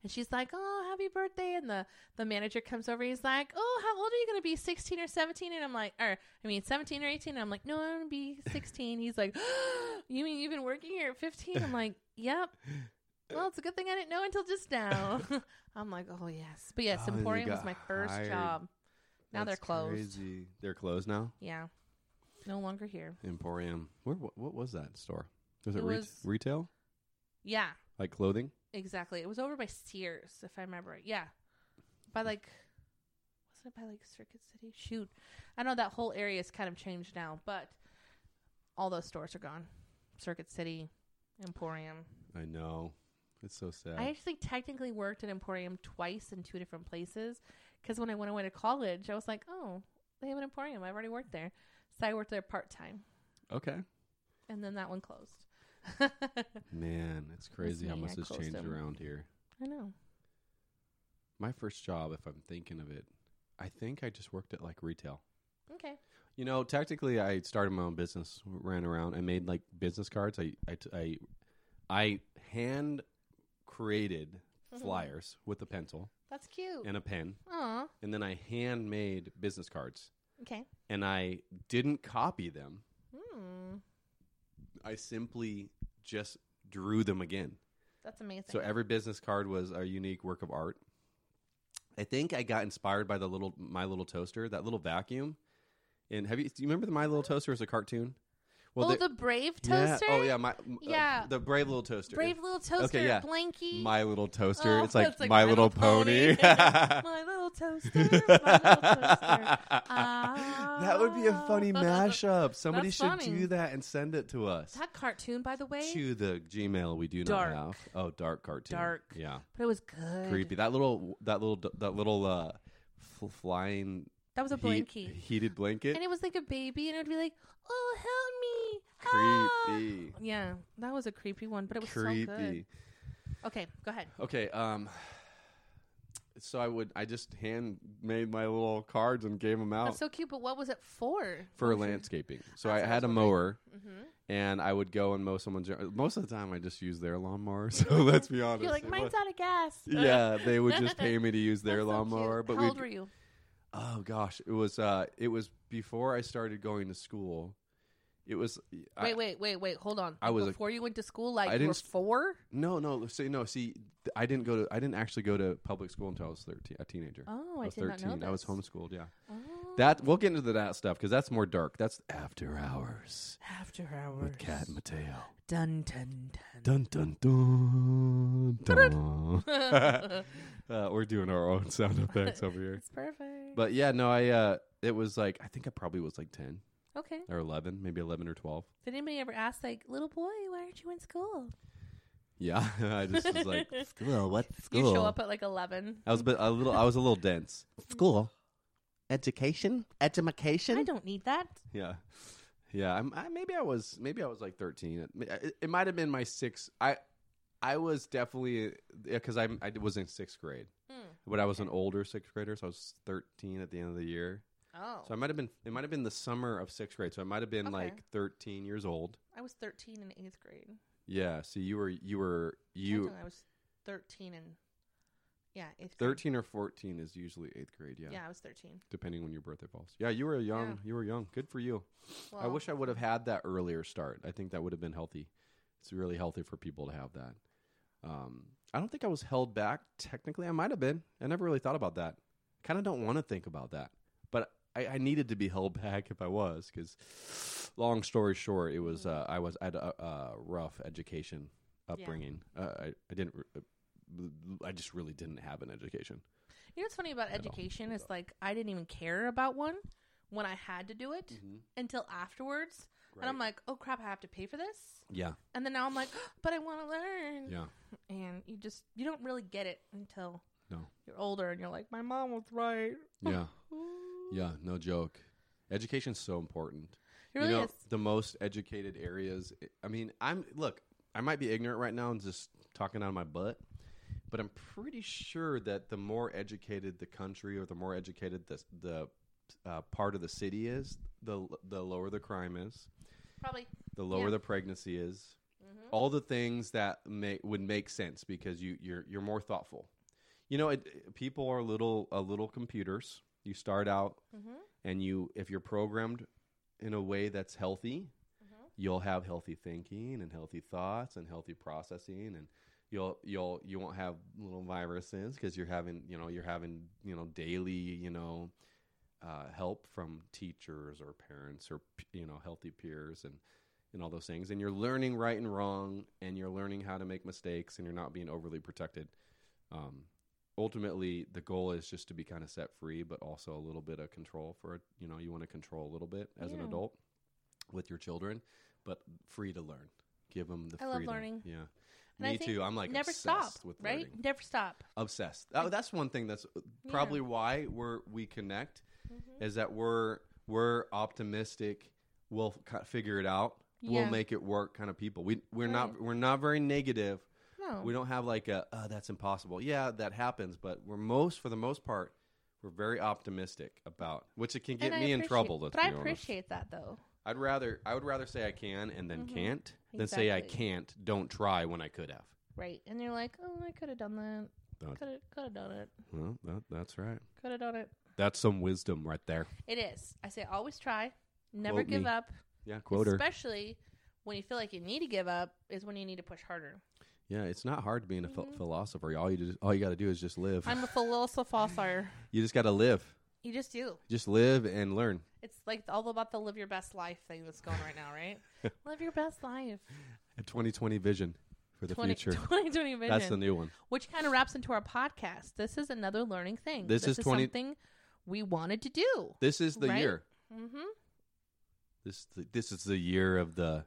B: And she's like, "Oh, happy birthday!" And the the manager comes over. He's like, "Oh, how old are you going to be? Sixteen or 17? And I'm like, "Or I mean, seventeen or 18? And I'm like, "No, I'm going to be 16. He's like, "You mean you've been working here at 15?" I'm like, "Yep." Well, it's a good thing I didn't know until just now. I'm like, "Oh yes," but yes,
C: Oh, you
B: Emporium was
C: got
B: my first
C: hired.
B: job. Now they're
C: That's
B: closed.
C: Crazy. They're closed now.
B: Yeah, no longer here.
C: Emporium. Where? What, what was that store? Was it,
B: It
C: ret-
B: was-
C: retail?
B: Yeah,
C: Like clothing?
B: exactly. It was over by Sears, if I remember right. Yeah, by like wasn't it by like Circuit City? Shoot, I know that whole area is kind of changed now, but all those stores are gone. Circuit City, Emporium.
C: I know. It's so sad.
B: I actually technically worked at Emporium twice in two different places Because when I went away to college, I was like, oh, they have an emporium. I've already worked there. So I worked there part time.
C: Okay.
B: And then that one closed. I
C: Man, it's crazy how
B: me,
C: much
B: I
C: has
B: closed
C: changed
B: them.
C: around here.
B: know.
C: My first job, if I'm thinking of it, I think I just worked at like retail.
B: Okay.
C: You know, technically, I started my own business, ran around and made like business cards. I I t- I, I hand created
B: Mm-hmm.
C: flyers with a pencil
B: That's cute.
C: and a pen,
B: Aw.
C: and then I hand made business cards.
B: Okay.
C: And I didn't copy them.
B: Hmm.
C: I simply just drew them again.
B: That's amazing.
C: So every business card was a unique work of art. I think I got inspired by the little My Little Toaster, that little vacuum. And have you do you remember the My Little Toaster was a cartoon?
B: oh,
C: there-
B: the Brave Toaster?
C: Yeah. Oh yeah, my m- uh,
B: Yeah.
C: the brave little toaster.
B: Brave Little Toaster,
C: yeah.
B: Blanky.
C: my little toaster.
B: Oh,
C: it's like,
B: it's like
C: my,
B: My
C: little,
B: Little
C: pony.
B: Pony. my little toaster. My little toaster. Ah.
C: that would be a funny mashup. Somebody
B: That's
C: should
B: funny.
C: do that and send it to us.
B: That cartoon, by the way,
C: to the Gmail we do
B: Dark.
C: not have. Oh, dark cartoon.
B: Dark.
C: Yeah.
B: but it was good.
C: Creepy. That little that little that little uh f- flying
B: That was a
C: heat-
B: blankie.
C: heated blanket.
B: and it was like a baby, and it would be like, "Oh, help me!" ah."
C: creepy.
B: Yeah, that was a creepy one, but it was so good.
C: creepy.
B: Okay, go ahead.
C: Okay. Um. So I would. I just hand made my little cards and gave them out
B: That's so cute. But what was it for?
C: for landscaping. So I
B: That's what I was
C: had a
B: wondering.
C: mower,
B: Mm-hmm.
C: and I would go and mow someone's. yard. Most of the time, I just use their lawnmower. So let's be honest.
B: You're like,
C: it
B: "Mine's
C: was-
B: out of gas."
C: yeah, they would just pay me to use their
B: That's so cute.
C: lawnmower. But
B: how old
C: we.
B: were you?
C: Oh gosh, it was. Uh, it was before I started going to school. It was. I-
B: Wait, wait, wait, wait. Hold on.
C: I was a-
B: before you went to school, like
C: I
B: you were
C: didn't st-
B: four.
C: No, no. See, no. See, th- I didn't go to. I didn't actually go to public school until I was thirteen, a teenager.
B: Oh, I,
C: was
B: did not know. This.
C: I was homeschooled. Yeah,
B: Oh.
C: that we'll get into that stuff because that's more dark. That's after hours
B: After hours.
C: with Cat and Mateo.
B: Dun dun dun.
C: Dun dun dun dun. uh, we're doing our own sound effects over here.
B: It's perfect.
C: But yeah, no, I. Uh, it was like I think I probably was like ten
B: okay.
C: or eleven, maybe eleven or twelve.
B: Did anybody ever ask, like, little boy, why aren't you in school?
C: Yeah, I just was like
D: School, what
B: You
D: school?
B: show up at like eleven.
C: I was a, bit, a little. I was a little dense.
D: School. Education? Education?
B: I don't need that.
C: Yeah, yeah. I'm, I maybe I was maybe I was like 13. It, it, it might have been my sixth. I I was definitely because I I was in sixth grade,
B: Hmm.
C: but I was an older sixth grader, so I was 13 at the end of the year.
B: Oh,
C: So I might have been it might have been the summer of sixth grade, so I might have been
B: Okay.
C: like 13 years old.
B: I was thirteen in eighth grade.
C: Yeah. So you were you were you
B: Technically, I was thirteen and yeah, eighth. grade.
C: 13 or 14 is usually eighth grade. Yeah.
B: Yeah. I was thirteen.
C: Depending when your birthday falls. Yeah, you were young.
B: Yeah.
C: You were young. Good for you. I
B: Well,
C: wish I would have had that earlier start. I think that would have been healthy. It's really healthy for people to have that. Um, I don't think I was held back. Technically, I might have been. I never really thought about that. Kind of don't want to think about that, but I, I needed to be held back if I was. Because, long story short, it was uh, I was I had a, a rough education upbringing. Uh, I I didn't. re- I just really didn't have an education.
B: You know what's funny about
C: don't
B: education
C: do
B: is like I didn't even care about one when I had to do it until afterwards, and I'm like, oh crap, I have to pay for this.
C: yeah,
B: And then now I'm like, "Oh, but I want to learn.
C: yeah.
B: And you just you don't really get it until
C: No.
B: you're older and you're like, my mom was right.
C: Yeah. yeah, no joke. Education's so important.
B: It really
C: you know,
B: is.
C: the most educated areas. I mean, I'm look, I might be ignorant right now and just talking out of my butt, but I'm pretty sure that the more educated the country or the more educated the the uh, part of the city is, the the lower the crime is,
B: Probably.
C: the lower
B: Yeah.
C: the pregnancy is. All the things that make would make sense because you you're you're more thoughtful. You know, it, it- people are little a little computers. You start out
B: Mm-hmm.
C: and you if you're programmed in a way that's healthy
B: Mhm.
C: you'll have healthy thinking and healthy thoughts and healthy processing and you'll you'll you won't have little viruses because you're having you know you're having you know daily you know uh, help from teachers or parents or p- you know healthy peers and and all those things and you're learning right and wrong and you're learning how to make mistakes and you're not being overly protected um, ultimately the goal is just to be kind of set free but also a little bit of control for you know you want to control a little bit as an
B: Yeah.
C: adult with your children but free to learn give them the
B: I love
C: freedom
B: learning.
C: yeah
B: And I
C: Me
B: think
C: too. I'm like
B: never
C: obsessed
B: stop,
C: with
B: right?
C: learning.
B: Never stop.
C: Obsessed. Oh, that's one thing that's probably why we're we connect
B: Mm-hmm.
C: is that we're we're optimistic. We'll ki- figure it out.
B: Yeah.
C: We'll make it work kind of people. We we're not we're not very negative.
B: No.
C: We don't have like a oh that's impossible. Yeah, that happens, but we're most for the most part we're very optimistic about which it can get
B: And I
C: me in
B: appreciate-
C: trouble. Let's
B: But I
C: be honest.
B: appreciate that though.
C: I'd rather I would rather say I can and then can't than say I
B: Mm-hmm. Exactly.
C: can't. Don't try when I could have.
B: Right. And you're like, oh, I could have done that.
C: Don't-
B: Could have could have done it.
C: Well, that, that's right.
B: Could have done it.
C: That's some wisdom right there.
B: It is. I say always try. Never
C: Quote
B: give
C: me.
B: up.
C: Yeah, quoter.
B: Especially when you feel like you need to give up is when you need to push harder.
C: yeah, it's not hard being a ph- philosopher. All you just, all you got to do is just live.
B: Mm-hmm. I'm a philosopher.
C: you just got to live.
B: You just do.
C: Just live and learn.
B: It's like all about the live your best life thing that's going right now, right? live your best life.
C: A 2020 vision for the
B: 20,
C: future.
B: 2020 vision.
C: That's the new one.
B: which kind of wraps into our podcast. This is another learning thing.
C: This is 20
B: something we wanted to do.
C: This is the
B: Right?
C: year.
B: Mm-hmm.
C: This this is the year of the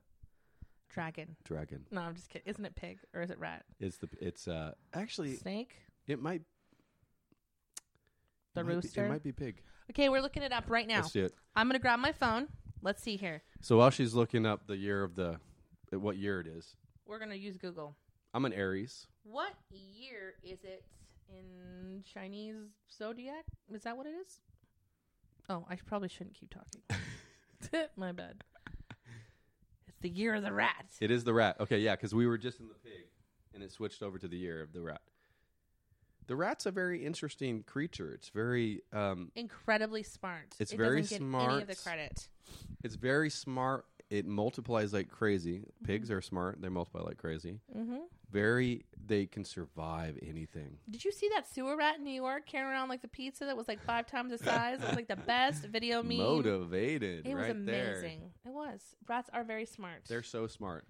B: Dragon.
C: dragon.
B: No, I'm just kidding. Isn't it pig or is it rat?
C: It's the it's uh actually
B: Snake?
C: it might
B: The
C: it might be-
B: rooster?
C: it might be pig.
B: Okay, we're looking it up right now.
C: Let's do it.
B: I'm gonna grab my phone. Let's see here.
C: So while she's looking up the year of the what year it is,
B: We're gonna use Google.
C: I'm an Aries.
B: What year is it in Chinese zodiac? Is that what it is? Oh, I probably shouldn't keep talking. my bad. It's the year of the rat.
C: It is the rat. Okay, yeah, because we were just in the pig, and it switched over to the year of the rat. The rat's a very interesting creature. It's very um,
B: Incredibly smart.
C: It's
B: it
C: very
B: doesn't get Any of
C: smart.
B: the credit.
C: it's very smart. It multiplies like crazy. Pigs are smart. They multiply like crazy.
B: Mm-hmm.
C: Very, they can survive anything.
B: Did you see that sewer rat in New York carrying around like the pizza that was like five times the size? It was like the best video meme.
C: Motivated,
B: It was
C: right there.
B: amazing. It was. Rats are very smart.
C: They're so smart.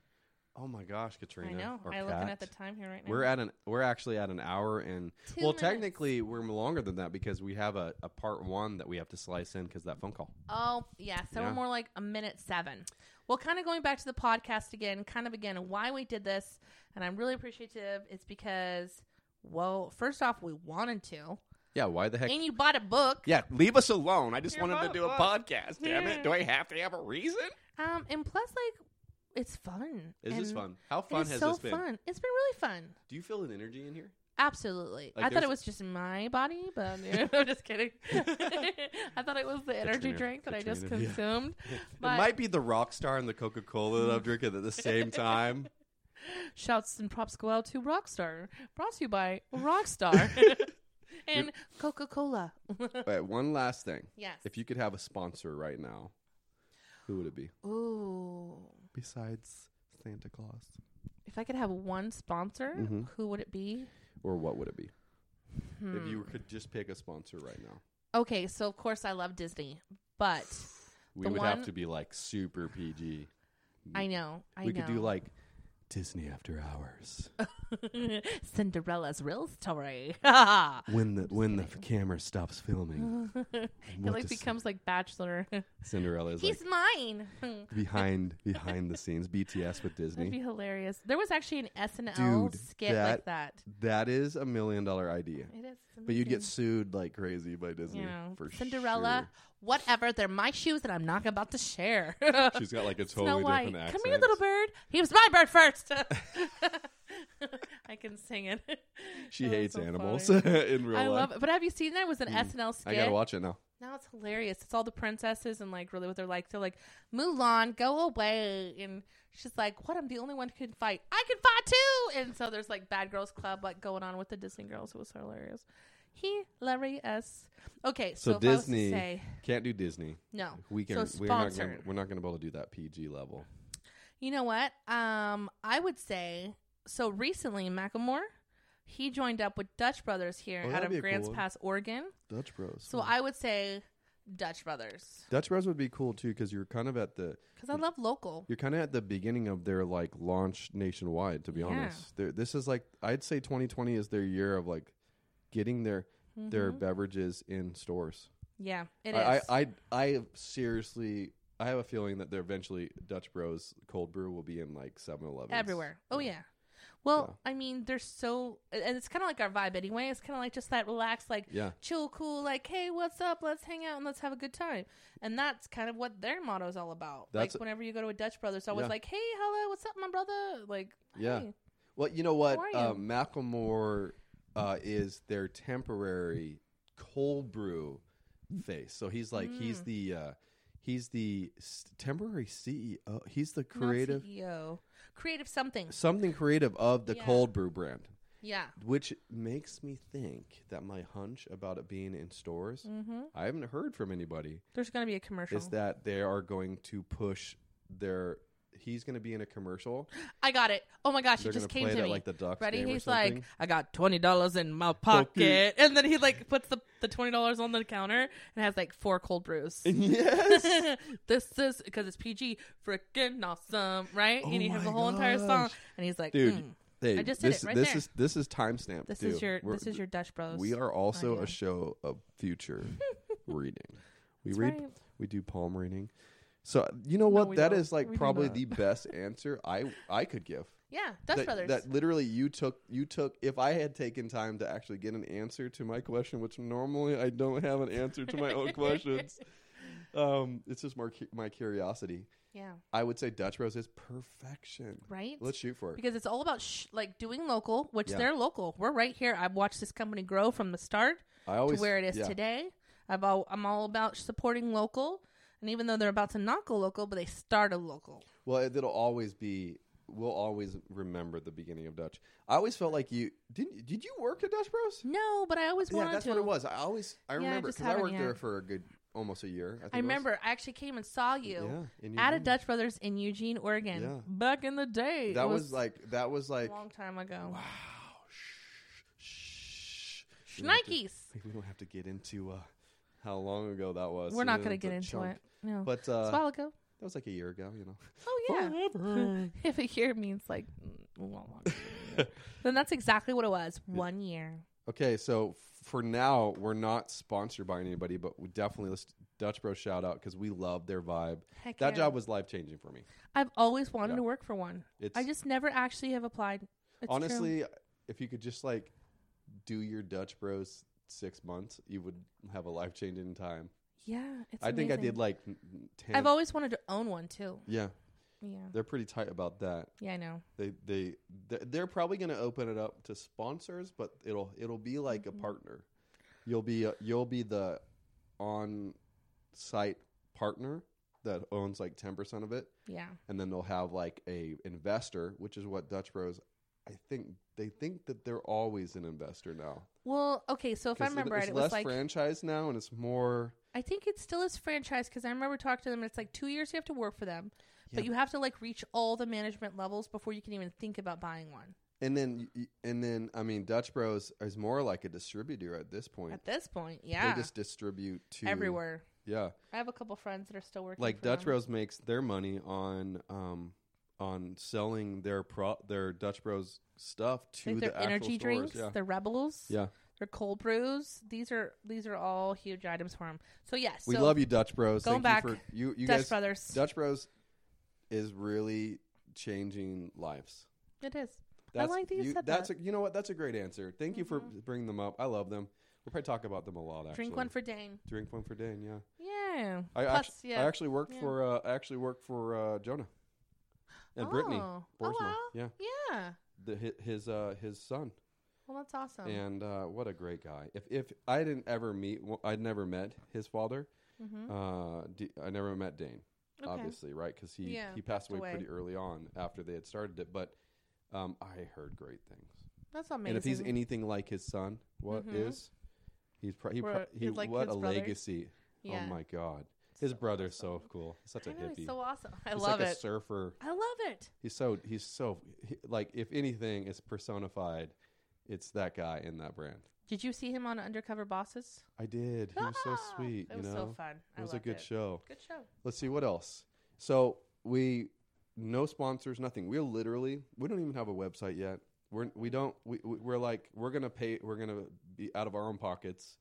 C: Oh my gosh, Katrina!
B: I know.
C: or
B: I'm looking at
C: cat.
B: the time here right now.
C: We're at an we're actually at an hour and
B: Two
C: well
B: minutes.
C: technically we're longer than that because we have a, a part one that we have to slice in because that phone call.
B: Oh, yeah. So we're
C: Yeah.
B: more like a minute seven. Well, kind of going back to the podcast again, kind of again, why we did this, and I'm really appreciative, is because, well, first off, we wanted to.
C: Yeah, why the heck?
B: And you bought a book.
C: yeah, leave us alone. I just
B: Your
C: wanted
B: vote
C: to do a
B: was-
C: podcast. Damn
B: Yeah.
C: it! Do I have to have a reason?
B: Um, and plus, like, it's fun.
C: Is this
B: And
C: fun? How
B: It
C: fun
B: is
C: has
B: so
C: this been?
B: fun. It's been really fun.
C: Do you feel an energy in here?
B: Absolutely.
C: Like,
B: I thought
C: there's-
B: it was just my body, but I'm just kidding. I thought it was the energy
C: Katrina.
B: drink that I just
C: Katrina, yeah.
B: consumed.
C: it
B: But
C: might be the rock star and the Coca Cola that I'm drinking at the same time.
B: shouts and props go out to Rockstar, brought to you by Rockstar and Coca Cola.
C: All right, one last thing.
B: yes.
C: If you could have a sponsor right now, who would it be?
B: Ooh.
C: Besides Santa Claus,
B: If I could have one sponsor,
C: Mhm.
B: who would it be?
C: or what would it be? If
B: Hmm.
C: you could just pick a sponsor right now.
B: Okay, so of course I love Disney, but
C: We
B: The
C: would
B: one-
C: have to be like super PG.
B: I know, I
C: we
B: know.
C: could do like Disney After Hours
B: Cinderella's real story.
C: when the when the camera stops filming.
B: it like becomes like Bachelor.
C: Cinderella is like
B: He's mine.
C: behind behind the scenes BTS
B: That'd
C: with
B: be
C: Disney.
B: hilarious. There was actually an SNL
C: Dude,
B: skit like that.
C: That is a million dollar idea,
B: It is.
C: but you'd get
B: amazing.
C: sued like crazy by Disney
B: you know
C: for
B: Cinderella, whatever. They're my shoes that I'm not about to share.
C: sure. She's got like a
B: Snow
C: totally
B: White,
C: different accent.
B: come here, little bird. He was my bird first. I can sing it.
C: She
B: That was
C: hates
B: Oh, so
C: animals
B: funny.
C: in real
B: I
C: life.
B: love it. But have you seen that? It was an SNL skit.
C: I gotta watch it now.
B: Now it's hilarious. It's all the princesses and like really what they're like. They're like, Mulan, go away. And she's like, What? I'm the only one who can fight. I can fight too. And so there's like Bad Girls Club like going on with the Disney girls. It was hilarious. Hilarious. Okay, so,
C: So,
B: if
C: Disney
B: I was to say
C: can't do Disney.
B: no,
C: We can.
B: So
C: we're not.
B: sponsor.
C: Gonna, we're not gonna be able to do that PG level.
B: you know what? Um, I would say so. Recently, Macklemore. He joined up with Dutch Brothers here
C: Oh,
B: out
C: that'd
B: of
C: be a cool
B: Grants
C: one. Hmm.
B: Pass, Oregon.
C: Dutch Bros.
B: So I would say Dutch Brothers
C: Dutch Bros would be cool too because you're kind of at the
B: because I love local.
C: you're kind of at the beginning of their like launch nationwide. To be
B: Yeah.
C: honest, they this is like I'd say 2020 is their year of like getting their their beverages in stores.
B: Mm-hmm. Yeah, it is.
C: I, I I I seriously I have a feeling that they're eventually Dutch Bros cold brew will be in like 7-Eleven
B: everywhere. Oh yeah. Well, I mean, they're so, and it's kind of like our vibe anyway. It's kind of like just that relaxed, like
C: Yeah.
B: chill, cool, like hey, what's up? Let's hang out and let's have a good time. And that's kind of what their motto is all about.
C: That's-
B: like whenever you go to a Dutch brother, it's always
C: Yeah.
B: like, hey, hello, what's up, my brother? Like,
C: Yeah.
B: hey.
C: Well, you know what?
B: How are
C: Uh,
B: you?
C: Macklemore uh, is their temporary cold brew face. So he's like
B: Mm.
C: he's the uh, he's the s- temporary E CEO. He's the
B: Not
C: creative
B: CEO, E creative something.
C: something creative of the
B: Yeah.
C: cold brew brand,
B: Yeah.
C: which makes me think that my hunch about it being in stores. I haven't heard from anybody.
B: Mm-hmm. There's gonna be a commercial.
C: Is that they are going to push their he's going to be in a commercial.
B: I got it. Oh my gosh,
C: They're
B: it just
C: gonna play
B: came
C: it
B: to
C: at,
B: me.
C: like, the Ducks
B: Ready?
C: game or
B: He's
C: something.
B: like, I got twenty dollars in my pocket, and then he like puts the, the twenty dollars on the counter and has like four cold brews.
C: yes.
B: this is because it's PG, freaking awesome, right?
C: Oh
B: and he has the
C: my
B: whole entire song,
C: gosh.
B: and he's like,
C: dude.
B: "Mm,
C: Hey,
B: I just did it
C: this,
B: right
C: this
B: there.
C: is this is timestamp.
B: "This
C: dude.
B: is your
C: We're-
B: this is your Dutch Bros."
C: We are also
B: idea.
C: a show of future reading. We
B: That's
C: read
B: right.
C: we do palm reading. So you know
B: we
C: what? That is
B: don't.
C: like
B: We do
C: probably
B: not.
C: the best answer I I could give.
B: Yeah, Dutch
C: that,
B: Brothers.
C: that literally you took you took if I had taken time to actually get an answer to my question, which normally I don't have an answer to my own questions. Um, it's just my cu- my curiosity.
B: yeah,
C: I would say Dutch Rose is perfection.
B: right.
C: Let's shoot for it.
B: because it's all about sh- like doing local, which
C: Yeah.
B: they're local. We're right here. I've watched this company grow from the start
C: I always
B: to where it is
C: yeah.
B: today. I've all, I'm all about supporting local, and even though they're about to not go local, but they started local.
C: Well, it, it'll always be. We'll always remember the beginning of Dutch. I always felt like you didn't. Did you work at Dutch Bros?
B: No, but I always
C: Yeah,
B: wanted
C: that's
B: to.
C: what it was. I always.
B: Yeah,
C: I
B: I
C: remember
B: just
C: because I,
B: haven't
C: worked there
B: yet.
C: for a good almost a year. I, think
B: I
C: it was.
B: remember I actually came and saw you
C: Yeah, in
B: at a
C: Eugene.
B: Dutch Brothers in Eugene, Oregon,
C: Yeah.
B: back in the day.
C: That
B: It
C: was, like. That was
B: a
C: like.
B: long time ago.
C: Shh. We don't have to-
B: Nikes.
C: We don't have to get into uh, how long ago that was.
B: We're not
C: Uh,
B: going to
C: it's
B: get
C: a
B: into
C: chunk.
B: it. No,
C: But
B: it's a
C: uh,
B: while ago.
C: that was like a year ago. You know.
B: Oh yeah.
C: Forever.
B: if a year means like mm, a lot longer than a year, then that's exactly what it was. One year.
C: Okay, so f- for now, we're not sponsored by anybody, but we definitely let's Dutch Bros shout out because we love their vibe.
B: Heck
C: that
B: yeah.
C: job was life changing for me.
B: I've always wanted
C: Yeah.
B: to work for one.
C: It's
B: I just never actually have applied. It's true.
C: honestly, if you could just like do your Dutch Bros six months, you would have a life changing time.
B: yeah, it's
C: I think I
B: amazing.
C: did like n- n- ten.
B: I've always wanted to own one too.
C: yeah,
B: Yeah,
C: they're pretty tight about that.
B: yeah, I know.
C: They they th- they're probably going to open it up to sponsors, but it'll it'll be like
B: Mm-hmm.
C: a partner. You'll be uh, you'll be the on site partner that owns like ten percent of it,
B: Yeah,
C: and then they'll have like a investor, which is what Dutch Bros. I think they think that they're always an investor now.
B: Well, okay, so if I
C: 'Cause it-
B: remember
C: it's
B: right, it
C: less
B: was like
C: franchise now, and it's more.
B: I think it still is franchise because I remember talking to them. and It's like two years you have to work for them, but
C: Yeah.
B: you have to like reach all the management levels before you can even think about buying one.
C: And then y- y- and then I mean Dutch Bros is more like a distributor at this point.
B: At this point, yeah,
C: They just distribute to
B: everywhere.
C: Yeah.
B: I have a couple friends that are still working.
C: like
B: for
C: Dutch
B: them.
C: Bros makes their money on um on selling their pro their Dutch Bros stuff to
B: like
C: the
B: their
C: actual
B: energy
C: stores.
B: drinks,
C: Yeah.
B: their rebels,
C: Yeah.
B: their cold brews. These are these are all huge items for them. So yes,
C: we
B: so
C: love you, Dutch Bros.
B: going
C: Thank
B: back,
C: you for you, you
B: Dutch
C: guys.
B: Brothers.
C: Dutch Bros is really changing lives.
B: it is.
C: That's,
B: I like that you, said
C: that's
B: that. Mm-hmm.
C: A, you know what? That's a great answer. Thank you for bringing them up. I love them. We'll probably talk about them a lot. Actually,
B: Drink one for Dane.
C: drink one for Dan. Yeah,
B: Yeah.
C: I,
B: Plus,
C: actu-
B: yeah.
C: I actually worked
B: Yeah.
C: for uh, I actually worked for uh, Jonah and Brittany
B: Oh. Oh,
C: Borsma.
B: wow.
C: Yeah,
B: yeah.
C: the, hi- his uh, his son.
B: Well, that's awesome.
C: and uh, what a great guy! If if I didn't ever meet, well, I'd never met his father. Uh, D- I never met Dane,
B: Mm-hmm. Okay.
C: obviously, right? Because he
B: Yeah,
C: he passed
B: passed
C: away,
B: away.
C: pretty early on after they had started it. But um, I heard great things,
B: That's amazing.
C: and if he's anything like his son, what is
B: Mhm.
C: he's pro- he,
B: We're-
C: pro- he
B: he's like
C: what
B: his
C: a
B: brother.
C: legacy!
B: Yeah.
C: Oh my god, his brother's so cool. He's such a
B: I know,
C: hippie.
B: he's so awesome. I
C: he's
B: love
C: like a
B: it.
C: surfer.
B: I love it.
C: He's so he's so he, like if anything is personified, it's that guy in that brand.
B: Did you see him on Undercover Bosses?
C: I did. He was so
B: Ah,
C: sweet.
B: It
C: you
B: was
C: know,
B: so fun. I
C: it was a
B: loved
C: good
B: it.
C: show.
B: Good show.
C: Let's see what else. So we no sponsors, nothing. We're literally we don't even have a website yet.
A: Mm-hmm.
C: We're we don't we we- we're like we're gonna pay. We're gonna be out of our own pockets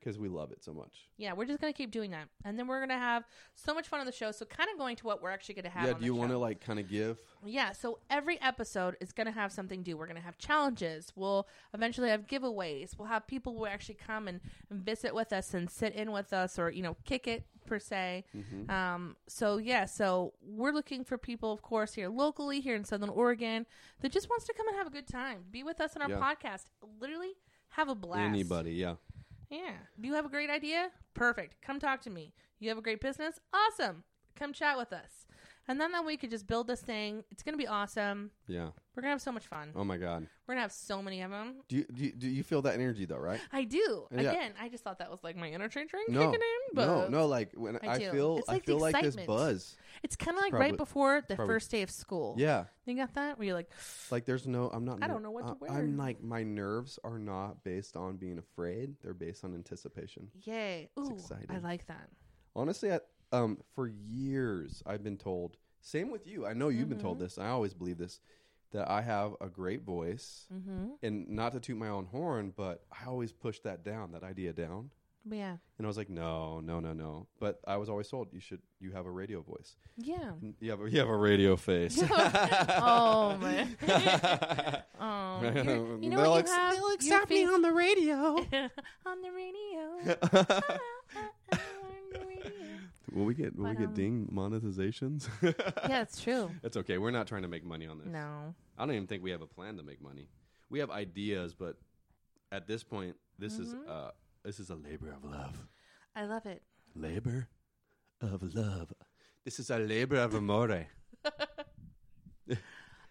C: because we love it so much.
B: Yeah, we're just gonna keep doing that, and then we're gonna have so much fun on the show. So, kind of going to what we're actually gonna have.
C: yeah.
B: on
C: Do you
B: want
C: want to like kind of give?
B: Yeah, so every episode is going to have something due. We're going to have challenges. We'll eventually have giveaways. We'll have people who actually come and and visit with us and sit in with us or, you know, kick it per se.
C: Mm-hmm.
B: Um, so, yeah, so we're looking for people, of course, here locally, here in Southern Oregon, that just wants to come and have a good time. Be with us on our
C: Yeah.
B: podcast. Literally have a blast.
C: Anybody? Yeah.
B: Yeah. Do you have a great idea? Perfect. Come talk to me. You have a great business? Awesome. Come chat with us. And then that we could just build this thing. It's going to be awesome.
C: Yeah.
B: We're going to have so much fun.
C: Oh my God.
B: We're going to have so many of them.
C: Do you, do you, do you feel that energy though? Right?
B: I do.
C: Yeah.
B: Again, I just thought that was like my interchange ring
C: No.
B: kicking in, but
C: no. No. Like when
B: I
C: I,
B: do.
C: feel,
B: It's
C: I
B: like the
C: feel like this
B: excitement.
C: buzz.
B: it's kind of like right
C: Probably-
B: before the
C: probably-
B: first day of school.
C: Yeah.
B: You got that? Where you're like,
C: Like there's no. I'm not.
B: I
C: ner-
B: don't know what to
C: I-
B: wear.
C: I'm like my nerves are not based on being afraid. They're based on anticipation.
B: yay. Ooh, I
C: exciting.
B: like that.
C: Honestly, I, um, for years I've been told. Same with you. I know you've been told
B: Mm-hmm.
C: this. I always believe this. That I have a great voice,
B: Mm-hmm.
C: and not to toot my own horn, but I always pushed that down, that idea down.
B: But yeah.
C: And I was like, no, no, no, no. But I was always told you should you have a radio voice.
B: Yeah.
C: You have a, you have a radio face.
B: oh, man. oh, you're- you know
C: They'll
B: what
C: ex-
B: you have?
A: They'll
B: Your
A: accept me
B: face-
A: on the radio.
B: on the radio. Ah, ah, ah, on the radio.
C: will we get will we
B: Ba-dum.
C: get ding monetizations?
B: Yeah, it's true.
C: It's okay. We're not trying to make money on this.
B: No.
C: I don't even think we have a plan to make money. We have ideas, but at this point, this is
B: Mm-hmm.
C: uh this is a labor of love.
B: I love it.
C: Labor of love. This is a labor of amore.
B: Um,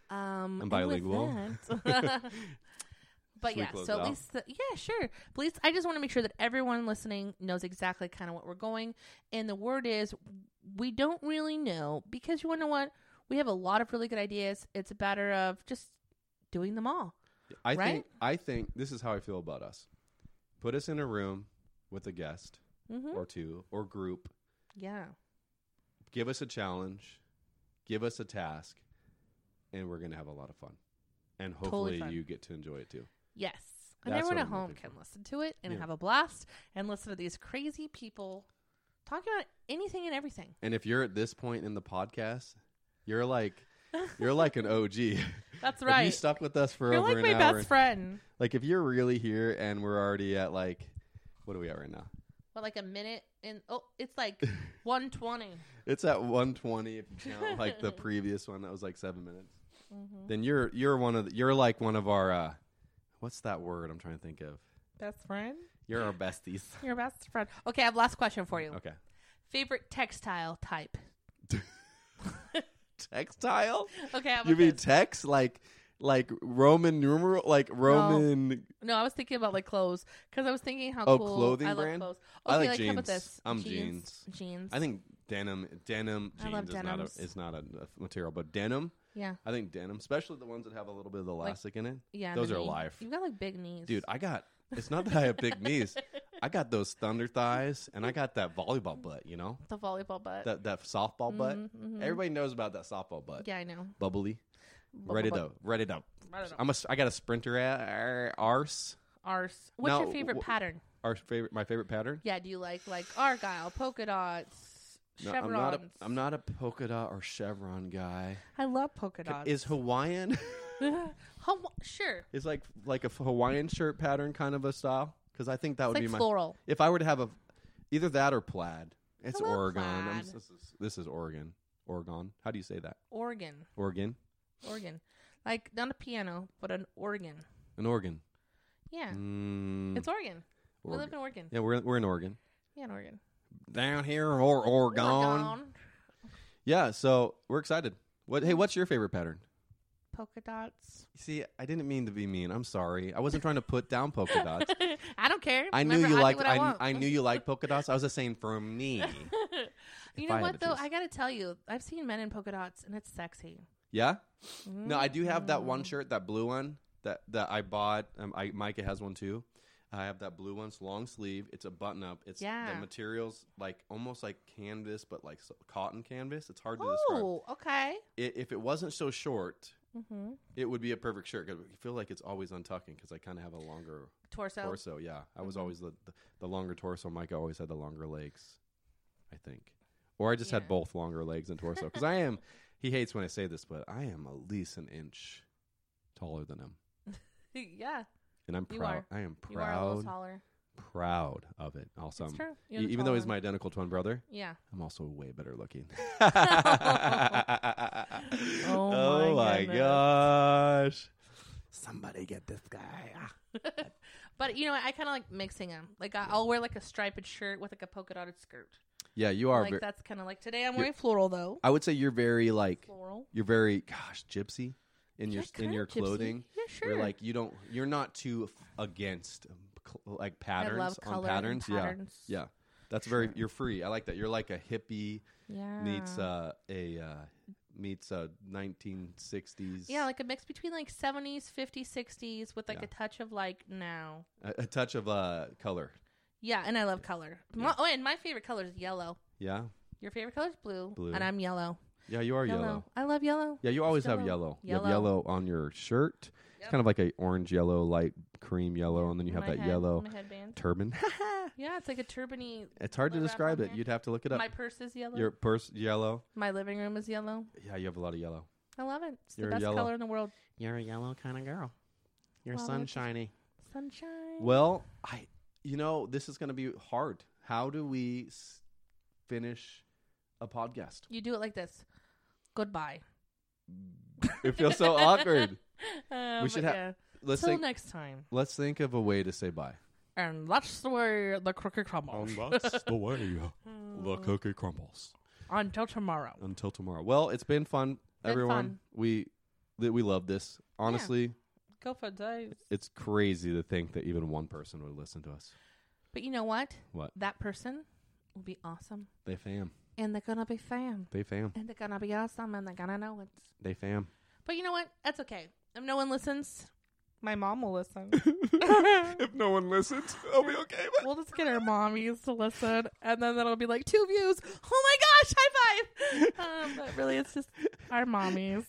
C: I'm
B: and with
C: bilingual.
B: that- but
C: Should we
B: yeah,
C: close
B: so
C: it
B: at
C: out?
B: least, the, yeah, sure. But at least I just want to make sure that everyone listening knows exactly kind of what we're going. And the word is, we don't really know because you want to know what? We have a lot of really good ideas. It's a matter of just doing them all.
C: I
B: Right?
C: think I think this is how I feel about us. Put us in a room with a guest
B: hmm
C: or two or group.
B: Yeah.
C: Give us a challenge. Give us a task, and we're gonna have a lot of fun. And
B: Totally
C: hopefully
B: fun.
C: you get to enjoy it too.
B: Yes. And
C: That's
B: everyone
C: what
B: at
C: I'm
B: home
C: looking
B: can
C: for.
B: listen to it and
C: Yeah.
B: have a blast and listen to these crazy people talking about anything and everything.
C: And if you're at this point in the podcast, you're like you're like an OG.
B: That's
C: If you
B: right.
C: stuck with us for
B: You're
C: over
B: like
C: an
B: my
C: hour.
B: best friend.
C: Like if you're really here and we're already at like what are we at right now?
B: What, like a minute in? Oh, it's like 120.
C: It's at 120 if you count like the previous one that was like seven minutes.
B: Mm-hmm.
C: Then you're you're one of the, you're like one of our uh, what's that word I'm trying to think of?
B: Best friend?
C: You're our besties.
B: Your best friend. Okay, I have last question for you.
C: Okay.
B: Favorite textile type?
C: Textile?
B: Okay, I'm
C: You mean text like like Roman numeral like Roman?
B: No, I was thinking about like clothes because I was thinking how
C: Oh,
B: cool
C: clothing
B: I love
C: brand?
B: clothes. Okay,
C: I like
B: how about
C: jeans.
B: this?
C: I'm
B: jeans. Jeans.
C: I think denim denim
B: I love
C: jeans is not a
B: denims.
C: is not a, a material, but denim.
B: Yeah.
C: I think denim, especially the ones that have a little bit of elastic in it.
B: Yeah. and
C: those
B: the
C: are
B: knee.
C: life.
B: You've got like big knees.
C: Dude, I got. It's not that I have big knees. I got those thunder thighs, and I got that volleyball butt. You know
B: the volleyball butt.
C: that that softball
B: Mm-hmm,
C: butt. Everybody knows about that softball butt.
B: yeah, I know.
C: Bubbly,
B: Bubble
C: ready
B: butt.
C: to ready to.
B: I don't know.
C: I'm a. s- I got a sprinter a- arse.
B: Arse. What's your
C: Now,
B: favorite
C: wh-
B: pattern?
C: Our favorite, my favorite pattern.
B: Yeah, do you like like argyle, polka dots,
C: No, I'm
B: chevrons?
C: not. A, I'm not a polka dot or chevron guy.
B: I love polka dots.
C: Is Hawaiian?
B: Hawa- sure.
C: is like like a Hawaiian shirt pattern kind of a style? Because I think that would
B: It's
C: be
B: like
C: my.
B: floral.
C: If I were to have a, either that or plaid. It's
B: love
C: Oregon. I'm,
B: plaid.
C: this is this is Oregon. Oregon. How do you say that?
B: Organ.
C: Oregon.
B: Organ. Like not a piano, but an organ.
C: An Oregon.
B: Yeah.
C: Mm,
B: It's Oregon. We
C: Oregon.
B: live in Oregon.
C: yeah, we're we're in Oregon.
B: Yeah, in Oregon.
C: Down here or Oregon.
B: Oregon.
C: Yeah, so we're excited. What hey, what's your favorite pattern?
B: Polka dots.
C: See, I didn't mean to be mean. I'm sorry. I wasn't trying to put down polka dots.
B: I don't care.
C: I knew
B: Remember,
C: you
B: do
C: liked
B: what
C: I,
B: I,
C: kn-
B: want.
C: I knew you liked polka dots. I was just saying for me.
B: you
C: if
B: know
C: I had
B: what
C: to
B: though?
C: choose.
B: I gotta tell you, I've seen men in polka dots, and it's sexy.
C: Yeah. No, I do have that one shirt, that blue one that that I bought. Um, I Micah has one too. I have that blue one. It's long sleeve. It's a button up. It's
B: Yeah.
C: the materials like almost like canvas, but like s- cotton canvas. It's hard to describe.
B: Oh, okay.
C: I if it wasn't so short,
B: Mm-hmm.
C: It would be a perfect shirt. 'cause I feel like it's always untucking because I kind of have a longer
B: Torso.
C: torso. Yeah, I
B: Mm-hmm.
C: was always the, the the longer torso. Mike always had the longer legs, I think, or I just
B: Yeah.
C: had both longer legs and torso. Because I am. He hates when I say this, but I am at least an inch taller than him,
B: yeah,
C: and I'm
B: You
C: proud.
B: are.
C: I am
B: you are a little
C: proud,
B: taller.
C: proud of it. Also,
B: It's
C: I'm-
B: true.
C: e-
B: You're the
C: even though
B: taller
C: he's
B: one.
C: my identical twin brother,
B: yeah,
C: I'm also way better looking.
B: Oh
C: Oh
B: my
C: my
B: goodness.
C: gosh.
A: Somebody get this guy. Ah.
B: but you know what? I kind of like mixing them. Like I, I'll wear like a striped shirt with like a polka dotted skirt.
C: Yeah, you are.
B: like
C: ver-
B: that's kind of like today I'm wearing floral though.
C: I would say you're very like
B: Floral
C: you're very gosh gypsy in
B: Yeah,
C: your in
B: kinda
C: your
B: gypsy.
C: clothing.
B: Yeah, sure.
C: You're like you don't you're not too f- against um, cl- like patterns
B: I love
C: on
B: color
C: patterns.
B: And patterns.
C: Yeah, yeah. That's very you're free. I like that. You're like a hippie
B: yeah.
C: meets uh, a uh, meets a 1960s.
B: yeah, like a mix between like 70s, 50s, 60s with like
C: Yeah.
B: a touch of like now.
C: a, a touch of uh, color.
B: Yeah, and I love color. My- oh, and my favorite color is yellow.
C: Yeah,
B: Your favorite color is blue,
C: Blue.
B: and I'm yellow.
C: yeah. You are
B: yellow.
C: yellow.
B: I love yellow.
C: Yeah, you always have
B: yellow.
C: yellow. You have
B: Yellow.
C: yellow on your shirt. It's
B: Yep.
C: kind of like a orange yellow, light cream yellow, and then you have
B: My
C: that
B: head-
C: yellow
B: My headband.
C: turban.
B: Yeah, it's like a turbany.
C: it's hard to
B: Little wrap
C: describe
B: on
C: it.
B: there.
C: You'd have to look it up.
B: My purse is yellow.
C: Your purse yellow.
B: my living room is yellow.
C: Yeah, you have a lot of yellow.
B: I love it. It's the
C: You're
B: best
C: yellow.
B: color in the world.
A: You're a yellow kind of girl. You're
B: Well, that's-
A: sunshiny.
B: Sunshine.
C: Well, I, you know, this is going to be hard. How do we s- finish a podcast?
B: You do it like this. Goodbye.
C: It feels so awkward.
B: Uh,
C: We
B: but
C: should ha-
B: yeah.
C: Let's
B: Till
C: think.
B: next time.
C: Let's think of a way to say bye.
B: And that's the way the crooked crumbles.
C: that's the way the cookie crumbles.
B: Until tomorrow.
C: Until tomorrow. Well, it's been fun,
B: Been
C: everyone.
B: fun.
C: We that we love this. Honestly,
B: Go for days.
C: it's crazy to think that even one person would listen to us.
B: But you know what?
C: What?
B: That person will be awesome.
C: They fam.
B: And they're gonna be fam.
C: They fam.
B: And they're gonna be awesome and they're gonna know it.
C: They fam.
B: But you know what? That's okay. If no one listens, my mom will listen.
C: If no one listens, I'll be okay.
B: we'll just get our mommies to listen, and then that'll be like two views. Oh my gosh! High five. Um, but really, it's just our mommies.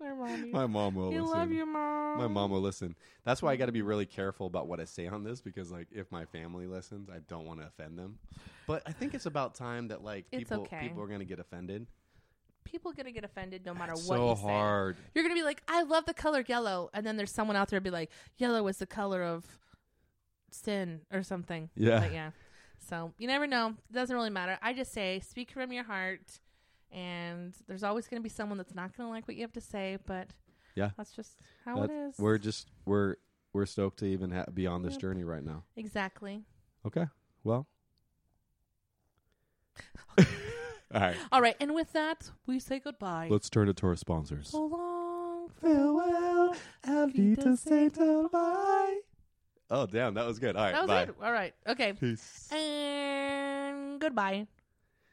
B: our mommies.
C: My mom will
B: we
C: listen.
B: love you, mom. Mm.
C: My mom will listen. That's why I got to be really careful about what I say on this because, like, if my family listens, I don't want to offend them. But I think it's about time that like
B: It's
C: people
B: okay.
C: people are gonna get offended.
B: People are gonna get offended no matter
C: It's
B: what.
C: so
B: you say.
C: hard.
B: You're gonna be like, I love the color yellow, and then there's someone out there be like, yellow is the color of sin or something.
C: Yeah.
B: But yeah. So you never know. It doesn't really matter. I just say speak from your heart, and there's always gonna be someone that's not gonna like what you have to say, but
C: Yeah.
B: that's just how
C: That-
B: it is.
C: We're just we're we're stoked to even ha- be on this journey right now.
B: exactly.
C: Okay. Well. All right.
B: All right, and with that, we say goodbye.
C: Let's turn it to our sponsors.
B: so long.
C: Farewell. I
B: need to say
C: goodbye. Oh damn, that was good. All right.
B: That was
C: bye.
B: it. All right. Okay.
C: Peace.
B: And goodbye.